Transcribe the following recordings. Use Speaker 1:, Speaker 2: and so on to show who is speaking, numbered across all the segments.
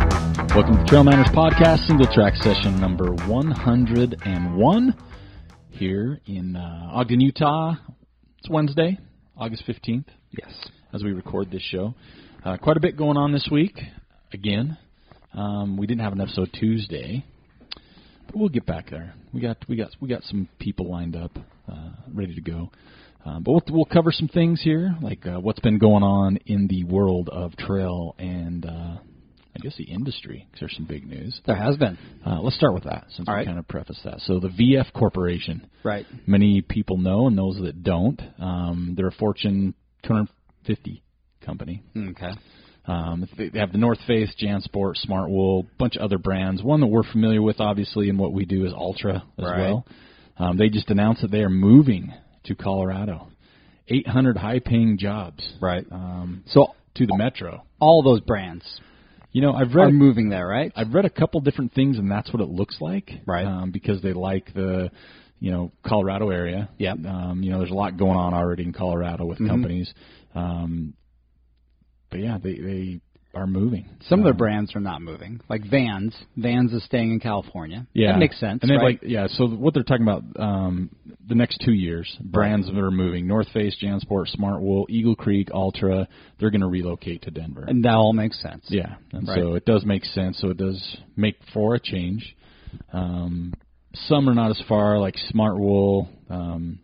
Speaker 1: Welcome to the Trail Manners Podcast, single track session number 101 here in uh, Ogden, Utah. It's Wednesday, August 15th,
Speaker 2: Yes.
Speaker 1: as we record this show. Uh, quite a bit going on this week, again. Um, we didn't have an episode Tuesday, but we'll get back there. We got we got we got some people lined up, uh, ready to go. Um, but we'll, we'll cover some things here, like uh, what's been going on in the world of trail and uh, I guess the industry. 'cause there's some big news.
Speaker 2: There has been.
Speaker 1: Uh, let's start with that, since
Speaker 2: All
Speaker 1: we
Speaker 2: right.
Speaker 1: kind of prefaced that. So the VF Corporation,
Speaker 2: Right.
Speaker 1: many people know, and those that don't, um, they're a Fortune 250 company.
Speaker 2: Okay.
Speaker 1: Um, they they have the North Face, JanSport, Smartwool, bunch of other brands. One that we're familiar with, obviously, and what we do is Ultra as
Speaker 2: Right.
Speaker 1: well. Um, they just announced that they are moving to Colorado. 800 high-paying jobs
Speaker 2: Right.
Speaker 1: um,
Speaker 2: So
Speaker 1: to the metro.
Speaker 2: all those brands
Speaker 1: You know, I've read
Speaker 2: are
Speaker 1: a
Speaker 2: moving there, right?
Speaker 1: I've read a couple different things, and that's what it looks like.
Speaker 2: Right.
Speaker 1: Um, because they like the, you know, Colorado area.
Speaker 2: Yep.
Speaker 1: Um, you know, there's a lot going on already in Colorado with
Speaker 2: Mhm.
Speaker 1: companies. Um, but yeah, they they are moving.
Speaker 2: Some of their
Speaker 1: Um,
Speaker 2: brands are not moving. Like Vans. Vans is staying in California.
Speaker 1: Yeah,
Speaker 2: That makes sense.
Speaker 1: And then
Speaker 2: right?
Speaker 1: like yeah, so what they're talking about um, the next two years, brands that are moving: North Face, Jansport, Smartwool, Eagle Creek, Ultra. They're going to relocate to Denver.
Speaker 2: and that all makes sense.
Speaker 1: Yeah, and
Speaker 2: Right.
Speaker 1: so it does make sense. So it does make for a change. Um, some are not as far, like Smartwool. Um,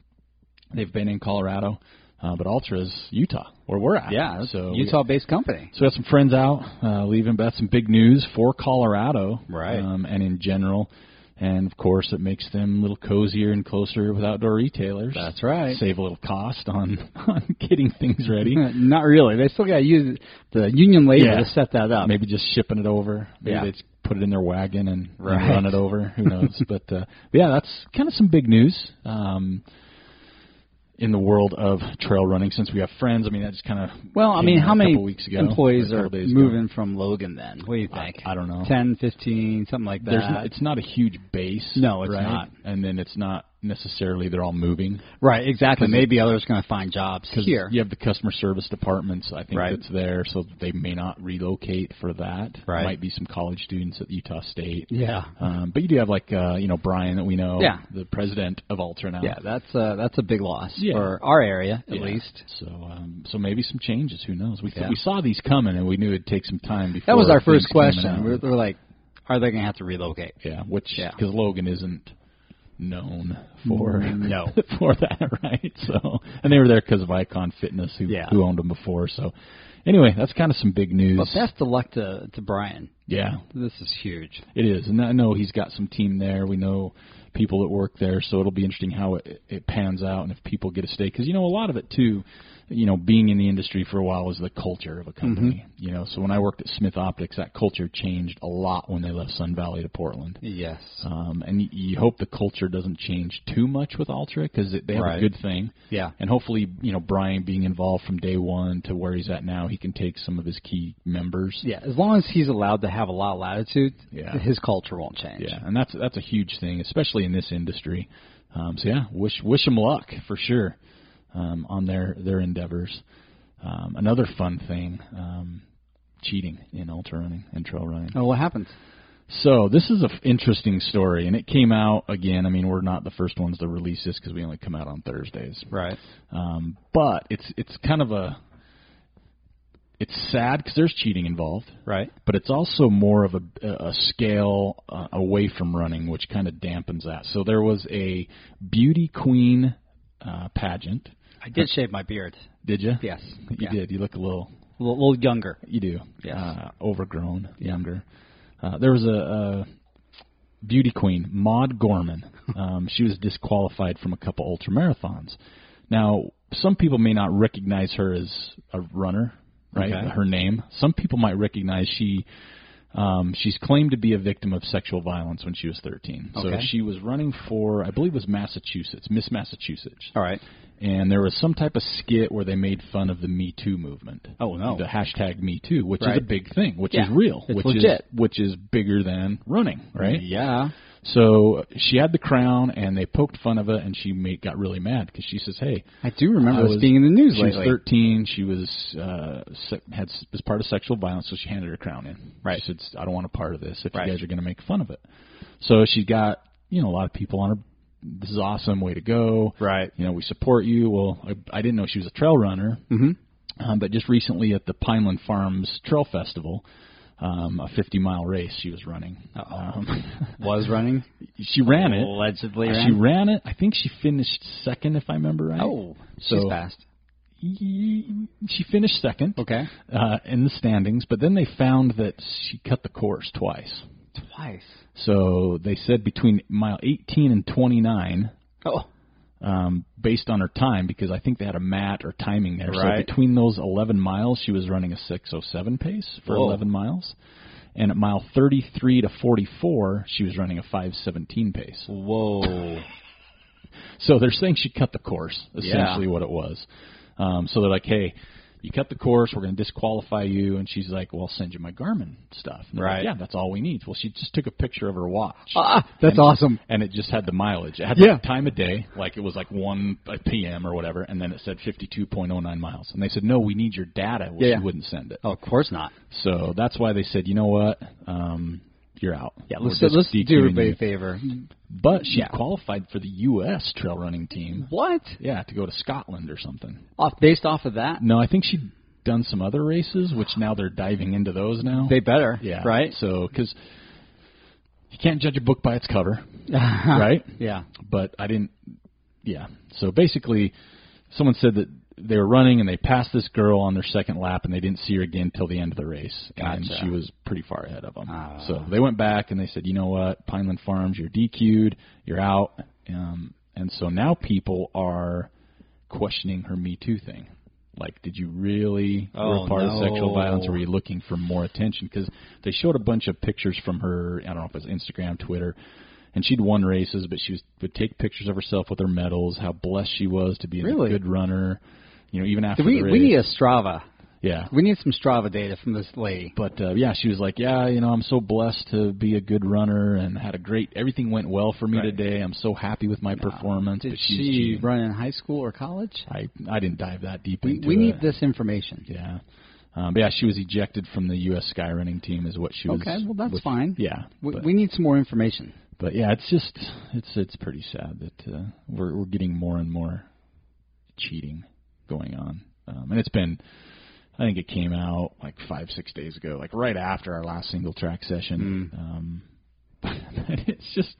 Speaker 1: they've been in Colorado, uh, but Ultra's Utah, where we're at.
Speaker 2: Yeah.
Speaker 1: so we-
Speaker 2: Utah based company.
Speaker 1: so we have some friends out uh, leaving, but that's some big news for Colorado,
Speaker 2: Right.
Speaker 1: Um, and in general, and of course, it makes them a little cozier and closer with outdoor retailers.
Speaker 2: That's right.
Speaker 1: Save a little cost on on getting things ready.
Speaker 2: not really. They still got to use the union labor
Speaker 1: Yeah.
Speaker 2: to set that up.
Speaker 1: Uh, Maybe just shipping it over. Maybe
Speaker 2: Yeah.
Speaker 1: they just put it in their wagon and, and
Speaker 2: Right.
Speaker 1: run it over. Who knows? but uh, but yeah, that's kind of some big news um, in the world of trail running. Since we have friends, I mean that just kind of
Speaker 2: Well, I mean, how many
Speaker 1: weeks ago,
Speaker 2: employees
Speaker 1: or a
Speaker 2: are
Speaker 1: couple days ago.
Speaker 2: moving from Logan then? What do you
Speaker 1: I,
Speaker 2: think?
Speaker 1: I don't know.
Speaker 2: Ten, fifteen, 10, 15, something like that.
Speaker 1: There's n- it's not a huge base.
Speaker 2: No, it's
Speaker 1: right?
Speaker 2: not.
Speaker 1: And then it's not necessarily they're all moving.
Speaker 2: right, exactly.
Speaker 1: 'Cause
Speaker 2: Maybe others going to find jobs
Speaker 1: 'Cause
Speaker 2: here.
Speaker 1: You have the customer service departments, I think,
Speaker 2: Right.
Speaker 1: that's there, so they may not relocate for that.
Speaker 2: Right.
Speaker 1: Might be some college students at Utah State.
Speaker 2: Yeah.
Speaker 1: Um, but you do have like uh, you know Brian that we know,
Speaker 2: Yeah.
Speaker 1: the president of Ultra now.
Speaker 2: Yeah, that's uh, that's a big loss
Speaker 1: Yeah.
Speaker 2: for our area at
Speaker 1: Yeah.
Speaker 2: least.
Speaker 1: So um, so maybe some changes. Who knows? We
Speaker 2: Yeah.
Speaker 1: we saw these coming and we knew it'd take some time before.
Speaker 2: That was our first
Speaker 1: things came
Speaker 2: question.
Speaker 1: out.
Speaker 2: We were, we were like, are they going to have to relocate?
Speaker 1: yeah, which
Speaker 2: Yeah.
Speaker 1: because Logan isn't known for
Speaker 2: Mm, No.
Speaker 1: for that right so and they were there because of icon fitness who
Speaker 2: Yeah.
Speaker 1: who owned them before so anyway that's kind of some big news
Speaker 2: But best of luck to to Brian.
Speaker 1: yeah
Speaker 2: This is huge.
Speaker 1: It is, and I know he's got some team there. We know people that work there, so it'll be interesting how it, it pans out and if people get a stay. Because you know, a lot of it too, you know, being in the industry for a while is the culture of a company. You know, so when I worked at Smith Optics, that culture changed a lot when they left Sun Valley to Portland.
Speaker 2: Yes.
Speaker 1: Um, and y- you hope the culture doesn't change too much with Ultra because they have a
Speaker 2: Right.
Speaker 1: good thing.
Speaker 2: Yeah.
Speaker 1: And hopefully, you know, Brian being involved from day one to where he's at now, he can take some of his key members
Speaker 2: Yeah. As long as he's allowed to have a lot of latitude,
Speaker 1: Yeah.
Speaker 2: his culture won't change.
Speaker 1: Yeah, and that's that's a huge thing, especially in this industry. Um, so yeah, wish wish them luck for sure um, on their their endeavors. Um, another fun thing, um, cheating in ultra running and trail running.
Speaker 2: Oh, what happens?
Speaker 1: So this is an interesting story, and it came out again. I mean, we're not the first ones to release this because we only come out on Thursdays.
Speaker 2: Right.
Speaker 1: Um, but it's it's kind of a it's sad because there's cheating involved
Speaker 2: Right.
Speaker 1: but it's also more of a, a scale uh, away from running, which kind of dampens that. So there was a beauty queen uh, pageant.
Speaker 2: I did shave my beard.
Speaker 1: Did you?
Speaker 2: Yes.
Speaker 1: You
Speaker 2: Yeah.
Speaker 1: did. You look a little.
Speaker 2: A little, little younger.
Speaker 1: You do.
Speaker 2: Yes.
Speaker 1: Uh, overgrown, younger. Uh, there was a, a beauty queen, Maud Gorman. Um, she was disqualified from a couple ultra marathons. Now, some people may not recognize her as a runner, right?
Speaker 2: Okay.
Speaker 1: Her name. Some people might recognize she. Um, she's claimed to be a victim of sexual violence when she was 13. So
Speaker 2: Okay.
Speaker 1: she was running for, I believe, it was Massachusetts, Miss Massachusetts
Speaker 2: All right.
Speaker 1: and there was some type of skit where they made fun of the Me Too movement.
Speaker 2: Oh, no.
Speaker 1: the hashtag Me Too, which is
Speaker 2: Right.
Speaker 1: a big thing, which is
Speaker 2: Yeah.
Speaker 1: real,
Speaker 2: It's
Speaker 1: which
Speaker 2: legit.
Speaker 1: is which is bigger than running, right?
Speaker 2: Yeah.
Speaker 1: So she had the crown, and they poked fun of it, and she made, got really mad because she says, "Hey,
Speaker 2: I do
Speaker 1: I
Speaker 2: remember this
Speaker 1: was-
Speaker 2: being in the news
Speaker 1: she
Speaker 2: lately.
Speaker 1: was 13. She was uh, se- had s- was part of sexual violence, so she handed her crown in.
Speaker 2: Right.
Speaker 1: She said, "I don't want a part of this. If
Speaker 2: Right.
Speaker 1: you guys are going to make fun of it." So she got you know a lot of people on her. This is awesome. Way to go.
Speaker 2: Right.
Speaker 1: You know we support you. Well, I, I didn't know she was a trail runner,
Speaker 2: hmm
Speaker 1: um, but just recently at the Pineland Farms Trail Festival. Um, a 50 mile race she was running.
Speaker 2: Uh-oh. Oh,
Speaker 1: Um,
Speaker 2: Was running.
Speaker 1: she ran it.
Speaker 2: Allegedly
Speaker 1: She ran it. I think she finished second, if I remember right.
Speaker 2: Oh, she's
Speaker 1: So-
Speaker 2: fast.
Speaker 1: Y- She finished second
Speaker 2: Okay.
Speaker 1: uh, in the standings, but then they found that she cut the course twice.
Speaker 2: Twice.
Speaker 1: So they said between mile 18 and 29,
Speaker 2: Oh.
Speaker 1: um, based on her time, because I think they had a mat or timing there.
Speaker 2: Right.
Speaker 1: So between those 11 miles, she was running a 6:07 pace for
Speaker 2: Whoa.
Speaker 1: 11 miles, and at mile 33 to 44, she was running a 5:17 pace.
Speaker 2: Whoa.
Speaker 1: So they're saying she cut the course, essentially what it was. Um, so they're like, hey, you cut the course, we're going to disqualify you. And she's like, well, I'll send you my Garmin stuff. And they're like,
Speaker 2: Right.
Speaker 1: yeah, that's all we need. Well, she just took a picture of her watch.
Speaker 2: ah, that's
Speaker 1: And-
Speaker 2: awesome.
Speaker 1: And it just had the mileage. It had
Speaker 2: Yeah.
Speaker 1: the time of day, like it was like 1 p.m. or whatever, and then it said 52.09 miles. And they said, no, we need your data. Well,
Speaker 2: Yeah, yeah.
Speaker 1: she wouldn't send it.
Speaker 2: Oh, of course not.
Speaker 1: So that's why they said, you know what? Um, you're out.
Speaker 2: Yeah,
Speaker 1: We're
Speaker 2: let's
Speaker 1: just
Speaker 2: let's
Speaker 1: DQing
Speaker 2: do everybody
Speaker 1: you.
Speaker 2: a favor.
Speaker 1: But she
Speaker 2: Yeah.
Speaker 1: qualified for the U.S. trail running team.
Speaker 2: What?
Speaker 1: Yeah, to go to Scotland or something.
Speaker 2: Off based off of that?
Speaker 1: No, I think she'd done some other races, which now they're diving into those now.
Speaker 2: They better.
Speaker 1: yeah,
Speaker 2: Right.
Speaker 1: So because you can't judge a book by its cover,
Speaker 2: Uh-huh.
Speaker 1: right?
Speaker 2: Yeah.
Speaker 1: But I didn't. Yeah. So basically, someone said that they were running and they passed this girl on their second lap, and they didn't see her again till the end of the race, and
Speaker 2: Gotcha.
Speaker 1: she was pretty far ahead of them.
Speaker 2: Ah.
Speaker 1: so they went back and they said, you know what, Pineland Farms, you're DQ'd, you're out, um, and so now people are questioning her Me Too thing. Like, did you really were
Speaker 2: Oh,
Speaker 1: a part of
Speaker 2: no.
Speaker 1: sexual violence? Or were you looking for more attention? Because they showed a bunch of pictures from her. I don't know if it's Instagram, Twitter, and she'd won races, but she was, would take pictures of herself with her medals, how blessed she was to be
Speaker 2: Really?
Speaker 1: a good runner. You know, even after
Speaker 2: Do we
Speaker 1: the race,
Speaker 2: we need a Strava.
Speaker 1: yeah.
Speaker 2: We need some Strava data from this lady.
Speaker 1: But uh, yeah, she was like, yeah, you know, I'm so blessed to be a good runner and had a great. Everything went well for me
Speaker 2: Right.
Speaker 1: today. I'm so happy with my performance.
Speaker 2: Did
Speaker 1: but she's
Speaker 2: she
Speaker 1: cheating.
Speaker 2: run in high school or college?
Speaker 1: I I didn't dive that deep
Speaker 2: We,
Speaker 1: into
Speaker 2: we
Speaker 1: it.
Speaker 2: need this information.
Speaker 1: Yeah. Um, but yeah, she was ejected from the U.S. skyrunning team, is what she was.
Speaker 2: Okay, well that's
Speaker 1: with-
Speaker 2: fine.
Speaker 1: Yeah,
Speaker 2: We,
Speaker 1: but,
Speaker 2: we need some more information.
Speaker 1: but yeah, it's just it's it's pretty sad that uh, we're we're getting more and more cheating going on, um, and it's been. I think it came out like five six days ago, like right after our last single track session.
Speaker 2: Hmm.
Speaker 1: Um, but it's just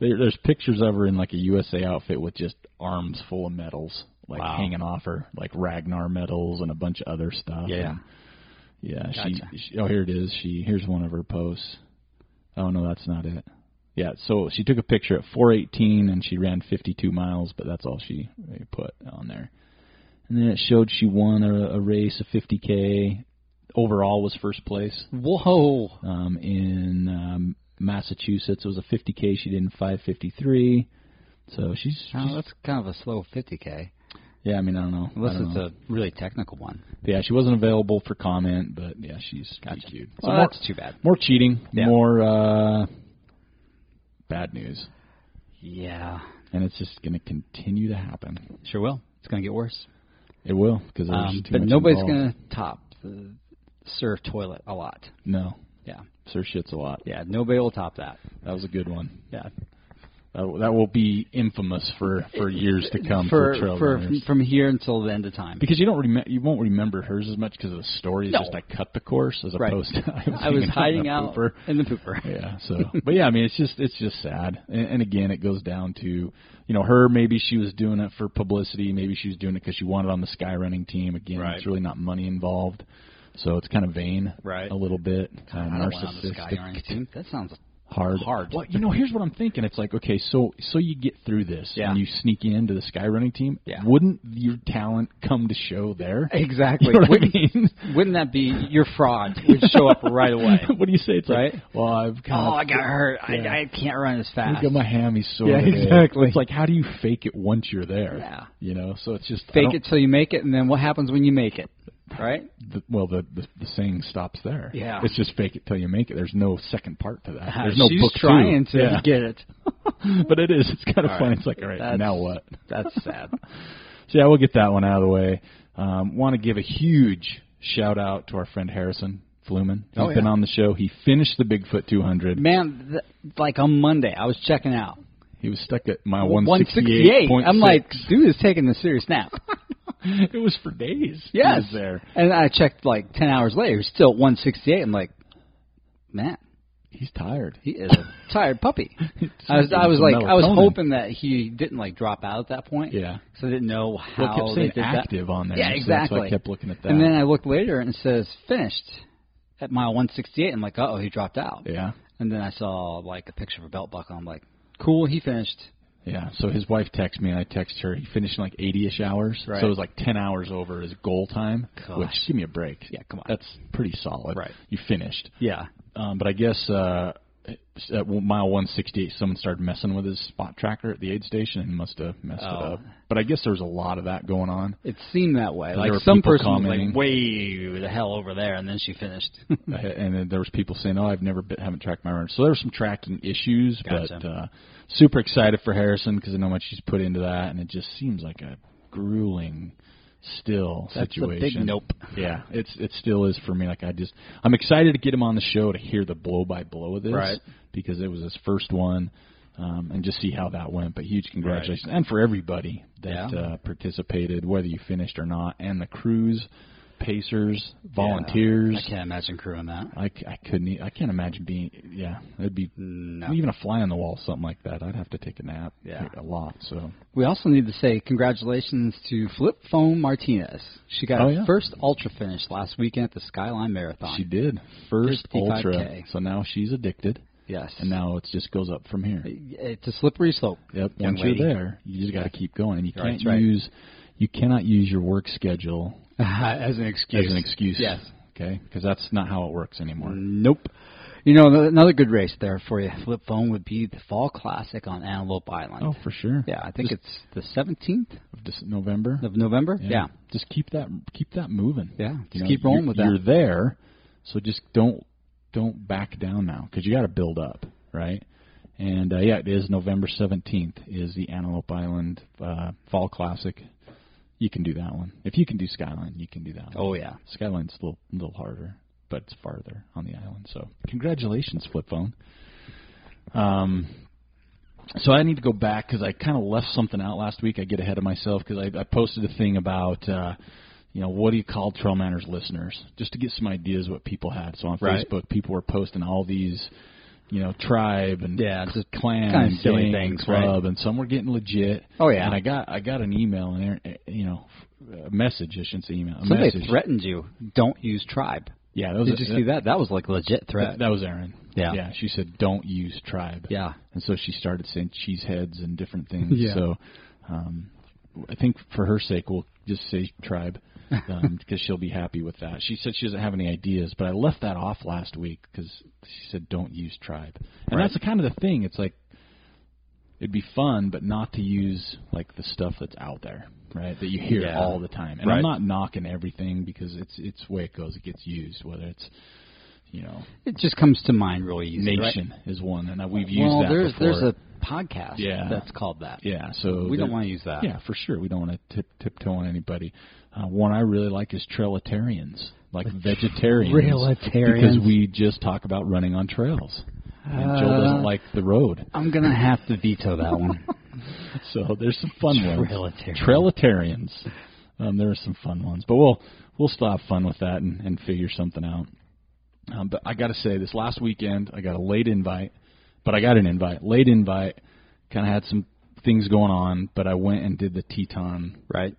Speaker 1: there, there's pictures of her in like a USA outfit with just arms full of medals, like
Speaker 2: Wow.
Speaker 1: hanging off her, like Ragnar medals and a bunch of other stuff.
Speaker 2: Yeah.
Speaker 1: And yeah,
Speaker 2: Gotcha.
Speaker 1: she, she. Oh, here it is. She here's one of her posts. Oh no, that's not it. Yeah, so she took a picture at 4:18 and she ran 52 miles, but that's all she they put on there. And then it showed she won a, a race, a 50k. Overall was first place
Speaker 2: Whoa.
Speaker 1: um, in um, Massachusetts. It was a 50k. She did in 5:53. So she's,
Speaker 2: Oh,
Speaker 1: she's
Speaker 2: that's kind of a slow 50k,
Speaker 1: yeah. I mean, I don't know. I
Speaker 2: unless
Speaker 1: don't
Speaker 2: it's
Speaker 1: know.
Speaker 2: a really technical one.
Speaker 1: yeah. She wasn't available for comment, but yeah, she's
Speaker 2: Gotcha.
Speaker 1: DQ'd. So
Speaker 2: Well,
Speaker 1: more-
Speaker 2: that's too bad.
Speaker 1: More cheating,
Speaker 2: Yeah.
Speaker 1: more uh, bad news,
Speaker 2: Yeah,
Speaker 1: and it's just going to continue to happen.
Speaker 2: sure will. It's gonna get worse.
Speaker 1: It will because there's
Speaker 2: Um,
Speaker 1: too
Speaker 2: but
Speaker 1: much
Speaker 2: nobody's
Speaker 1: involved.
Speaker 2: gonna top the surf toilet a lot.
Speaker 1: No,
Speaker 2: Yeah,
Speaker 1: sir, shits a lot.
Speaker 2: yeah. Nobody will top that.
Speaker 1: That was a good one.
Speaker 2: Yeah,
Speaker 1: That, that will be infamous for for years to come
Speaker 2: for
Speaker 1: for, trail
Speaker 2: for
Speaker 1: runners.
Speaker 2: from here until the end of time.
Speaker 1: because you don't rem- you won't remember hers as much because of the story. It's
Speaker 2: No.
Speaker 1: just I cut the course as
Speaker 2: Right.
Speaker 1: opposed to I was,
Speaker 2: I was
Speaker 1: hanging
Speaker 2: hiding out
Speaker 1: For,
Speaker 2: in the pooper.
Speaker 1: Yeah. So, but yeah, I mean, it's just it's just sad. And, and again, it goes down to you know her. Maybe she was doing it for publicity. Maybe she was doing it because she wanted on the sky running team. Again,
Speaker 2: Right.
Speaker 1: it's really not money involved. So it's kind of vain,
Speaker 2: Right.
Speaker 1: a little bit, uh,
Speaker 2: I don't want on the
Speaker 1: narcissistic.
Speaker 2: skyrunning team. That sounds
Speaker 1: Hard.
Speaker 2: Hard.
Speaker 1: Well, you know, here's what I'm thinking. It's like, okay, so so you get through this
Speaker 2: Yeah.
Speaker 1: and you sneak into the skyrunning team.
Speaker 2: Yeah.
Speaker 1: Wouldn't your talent come to show there?
Speaker 2: Exactly.
Speaker 1: You know what I
Speaker 2: wouldn't,
Speaker 1: mean?
Speaker 2: wouldn't that be your fraud would show up right away?
Speaker 1: what do you say? It's
Speaker 2: Right?
Speaker 1: like, well, I've
Speaker 2: Oh,
Speaker 1: kind
Speaker 2: I
Speaker 1: of
Speaker 2: got hurt.
Speaker 1: Yeah.
Speaker 2: I, I can't run as
Speaker 1: Look
Speaker 2: fast.
Speaker 1: at my hammy sore.
Speaker 2: Yeah,
Speaker 1: today.
Speaker 2: exactly.
Speaker 1: It's like, how do you fake it once you're there?
Speaker 2: Yeah.
Speaker 1: You know, so it's just I
Speaker 2: Fake
Speaker 1: don't-
Speaker 2: it till you make it, and then what happens when you make it? Right?
Speaker 1: the, well, the, the the saying stops there.
Speaker 2: Yeah.
Speaker 1: it's just fake it till you make it. There's no second part to that. There's
Speaker 2: Uh,
Speaker 1: no
Speaker 2: She's
Speaker 1: book two.
Speaker 2: trying to
Speaker 1: Yeah.
Speaker 2: get it.
Speaker 1: but it is. It's kind of
Speaker 2: All
Speaker 1: fun.
Speaker 2: right.
Speaker 1: It's like, all right,
Speaker 2: That's-
Speaker 1: now what?
Speaker 2: That's sad.
Speaker 1: So yeah, we'll get that one out of the way. Um, Want to give a huge shout out to our friend Harrison Fluman. He's
Speaker 2: Oh, yeah.
Speaker 1: been on the show. He finished the Bigfoot 200.
Speaker 2: Man, th- like on Monday, I was checking out.
Speaker 1: He was stuck at my
Speaker 2: 168.
Speaker 1: 168.
Speaker 2: I'm like, dude is taking this serious nap.
Speaker 1: it was for days. He
Speaker 2: Yes.
Speaker 1: was there.
Speaker 2: And I checked like 10 hours later, he's still at 168. I'm like, man,
Speaker 1: He's tired.
Speaker 2: he is a tired puppy. I was, I was like, I was hoping that he didn't like drop out at that point.
Speaker 1: Yeah.
Speaker 2: So I didn't know how
Speaker 1: Well, it kept
Speaker 2: they
Speaker 1: saying
Speaker 2: did that.
Speaker 1: active on there. So
Speaker 2: Yeah,
Speaker 1: that's why I
Speaker 2: exactly.
Speaker 1: kept looking at that.
Speaker 2: And then I looked later and it says finished at mile 168. I'm like, oh, he dropped out.
Speaker 1: yeah,
Speaker 2: And then I saw like a picture of a belt buckle. I'm like, cool, he finished.
Speaker 1: yeah. So his wife texted me, and I texted her. He finished in like 80ish hours.
Speaker 2: Right.
Speaker 1: So it was like 10 hours over his goal time.
Speaker 2: Gosh.
Speaker 1: Which give me a break.
Speaker 2: Yeah, come on.
Speaker 1: That's pretty solid.
Speaker 2: Right.
Speaker 1: You finished.
Speaker 2: Yeah.
Speaker 1: Um, but I guess uh, at mile 168, someone started messing with his spot tracker at the aid station and must have messed
Speaker 2: Oh.
Speaker 1: it up. But I guess there was a lot of that going on.
Speaker 2: It seemed that way.
Speaker 1: There
Speaker 2: Like
Speaker 1: were
Speaker 2: some
Speaker 1: people
Speaker 2: person
Speaker 1: commenting.
Speaker 2: was like way the hell over there, and then she finished.
Speaker 1: I had- Uh, and then there was people saying, "Oh, I've never been, haven't tracked my runs." So there were some tracking issues, but
Speaker 2: Gotcha.
Speaker 1: uh, super excited for Harrison because I know how much he's put into that, and it just seems like a grueling, still
Speaker 2: That's a big
Speaker 1: situation.
Speaker 2: nope.
Speaker 1: Yeah, it's it still is for me. Like I just, I'm excited to get him on the show to hear the blow by blow of this
Speaker 2: Right.
Speaker 1: because it was his first one. Um, and just see how that went. But huge congratulations, and for everybody that
Speaker 2: Yeah.
Speaker 1: uh, participated, whether you finished or not, and the crews, pacers, volunteers.
Speaker 2: I can't imagine crewing that.
Speaker 1: I, c- I couldn't. e- I can't imagine being. Yeah, it'd be
Speaker 2: No.
Speaker 1: even a fly on the wall, something like that. I'd have to take a nap.
Speaker 2: Yeah.
Speaker 1: a lot. So
Speaker 2: We also need to say congratulations to Flip Foam Martinez. She got
Speaker 1: Oh,
Speaker 2: her
Speaker 1: yeah.
Speaker 2: first ultra finish last weekend at the Skyline Marathon.
Speaker 1: she did first
Speaker 2: 55K.
Speaker 1: ultra. So now she's addicted,
Speaker 2: yes. Eh,
Speaker 1: and now it just goes up from here.
Speaker 2: it's a slippery slope.
Speaker 1: Yep.
Speaker 2: Young
Speaker 1: Once
Speaker 2: lady.
Speaker 1: you're there, you just got to keep going, and you
Speaker 2: Right,
Speaker 1: can't
Speaker 2: that's right.
Speaker 1: use you cannot use your work schedule
Speaker 2: as an excuse.
Speaker 1: as an excuse.
Speaker 2: Yes.
Speaker 1: Okay, because that's not how it works anymore.
Speaker 2: Nope. You know, another- another good race there for you, Flip Phone, would be the Fall Classic on Antelope Island.
Speaker 1: Oh, for sure.
Speaker 2: Yeah, I think it's the 17th
Speaker 1: Of this November.
Speaker 2: of November.
Speaker 1: Just keep that keep that moving.
Speaker 2: Yeah,
Speaker 1: You
Speaker 2: just
Speaker 1: know,
Speaker 2: keep rolling
Speaker 1: you're-
Speaker 2: with that.
Speaker 1: You're there, so just don't don't back down now because you got to build up, right? And uh, yeah, it is November seventeenth is the Antelope Island uh, Fall Classic. You can do that one if you can do Skyline. You can do that. One.
Speaker 2: Oh, yeah.
Speaker 1: Skyline's a little little harder, but it's farther on the island. So congratulations, Flip Phone. Um, so I need to go back because I kind of left something out last week. I get ahead of myself because I, I posted a thing about, uh, you know, what do you call Trail Manners listeners? Just to get some ideas what people had. So on
Speaker 2: Right.
Speaker 1: Facebook, people were posting all these, you know, tribe and
Speaker 2: Yeah, just
Speaker 1: clan
Speaker 2: kinda
Speaker 1: and
Speaker 2: silly
Speaker 1: gang
Speaker 2: things,
Speaker 1: and club, and some were getting legit.
Speaker 2: Oh, yeah.
Speaker 1: And I got I got an email and there, eh, you know, f- a message. I shouldn't say email. A
Speaker 2: Somebody
Speaker 1: message.
Speaker 2: threatened you. Don't use tribe.
Speaker 1: Yeah, that was
Speaker 2: Did
Speaker 1: a-
Speaker 2: you see that? That was like a legit threat.
Speaker 1: That, that was Erin.
Speaker 2: Yeah.
Speaker 1: Yeah. She said, "Don't use tribe."
Speaker 2: yeah.
Speaker 1: and so she started saying cheese heads and different things.
Speaker 2: Yeah.
Speaker 1: So um, I think for her sake, we'll just say tribe um, because she'll be happy with that. She said she doesn't have any ideas, but I left that off last week because she said don't use tribe, and
Speaker 2: Right.
Speaker 1: that's the kind of the thing. It's like it'd be fun, but not to use like the stuff that's out there, right? That you hear
Speaker 2: Yeah.
Speaker 1: all the time. And
Speaker 2: Right.
Speaker 1: I'm not knocking everything because it's it's the way it goes. It gets used, whether it's you know,
Speaker 2: It just comes to mind really easy. right?
Speaker 1: nation is one, and I- we've used
Speaker 2: well,
Speaker 1: that
Speaker 2: there's
Speaker 1: before.
Speaker 2: there's a podcast
Speaker 1: Yeah.
Speaker 2: that's called that.
Speaker 1: Yeah, so
Speaker 2: We don't
Speaker 1: there-
Speaker 2: want to use that.
Speaker 1: Yeah, for sure, we don't want to tip, tiptoe on anybody. Uh, one I really like is trailitarians, like vegetarians,
Speaker 2: Trailitarians.
Speaker 1: because we just talk about running on trails. And Joe
Speaker 2: Uh,
Speaker 1: doesn't like the road,
Speaker 2: I'm gonna have to veto that one.
Speaker 1: so there's some fun ones.
Speaker 2: Trailitarian.
Speaker 1: Trailitarians. Um, there are some fun ones, but we'll we'll still have fun with that and, and figure something out. Um, but I got to say, this last weekend I got a late invite, but I got an invite. Late invite, kind of had some things going on, but I went and did the Teton
Speaker 2: right.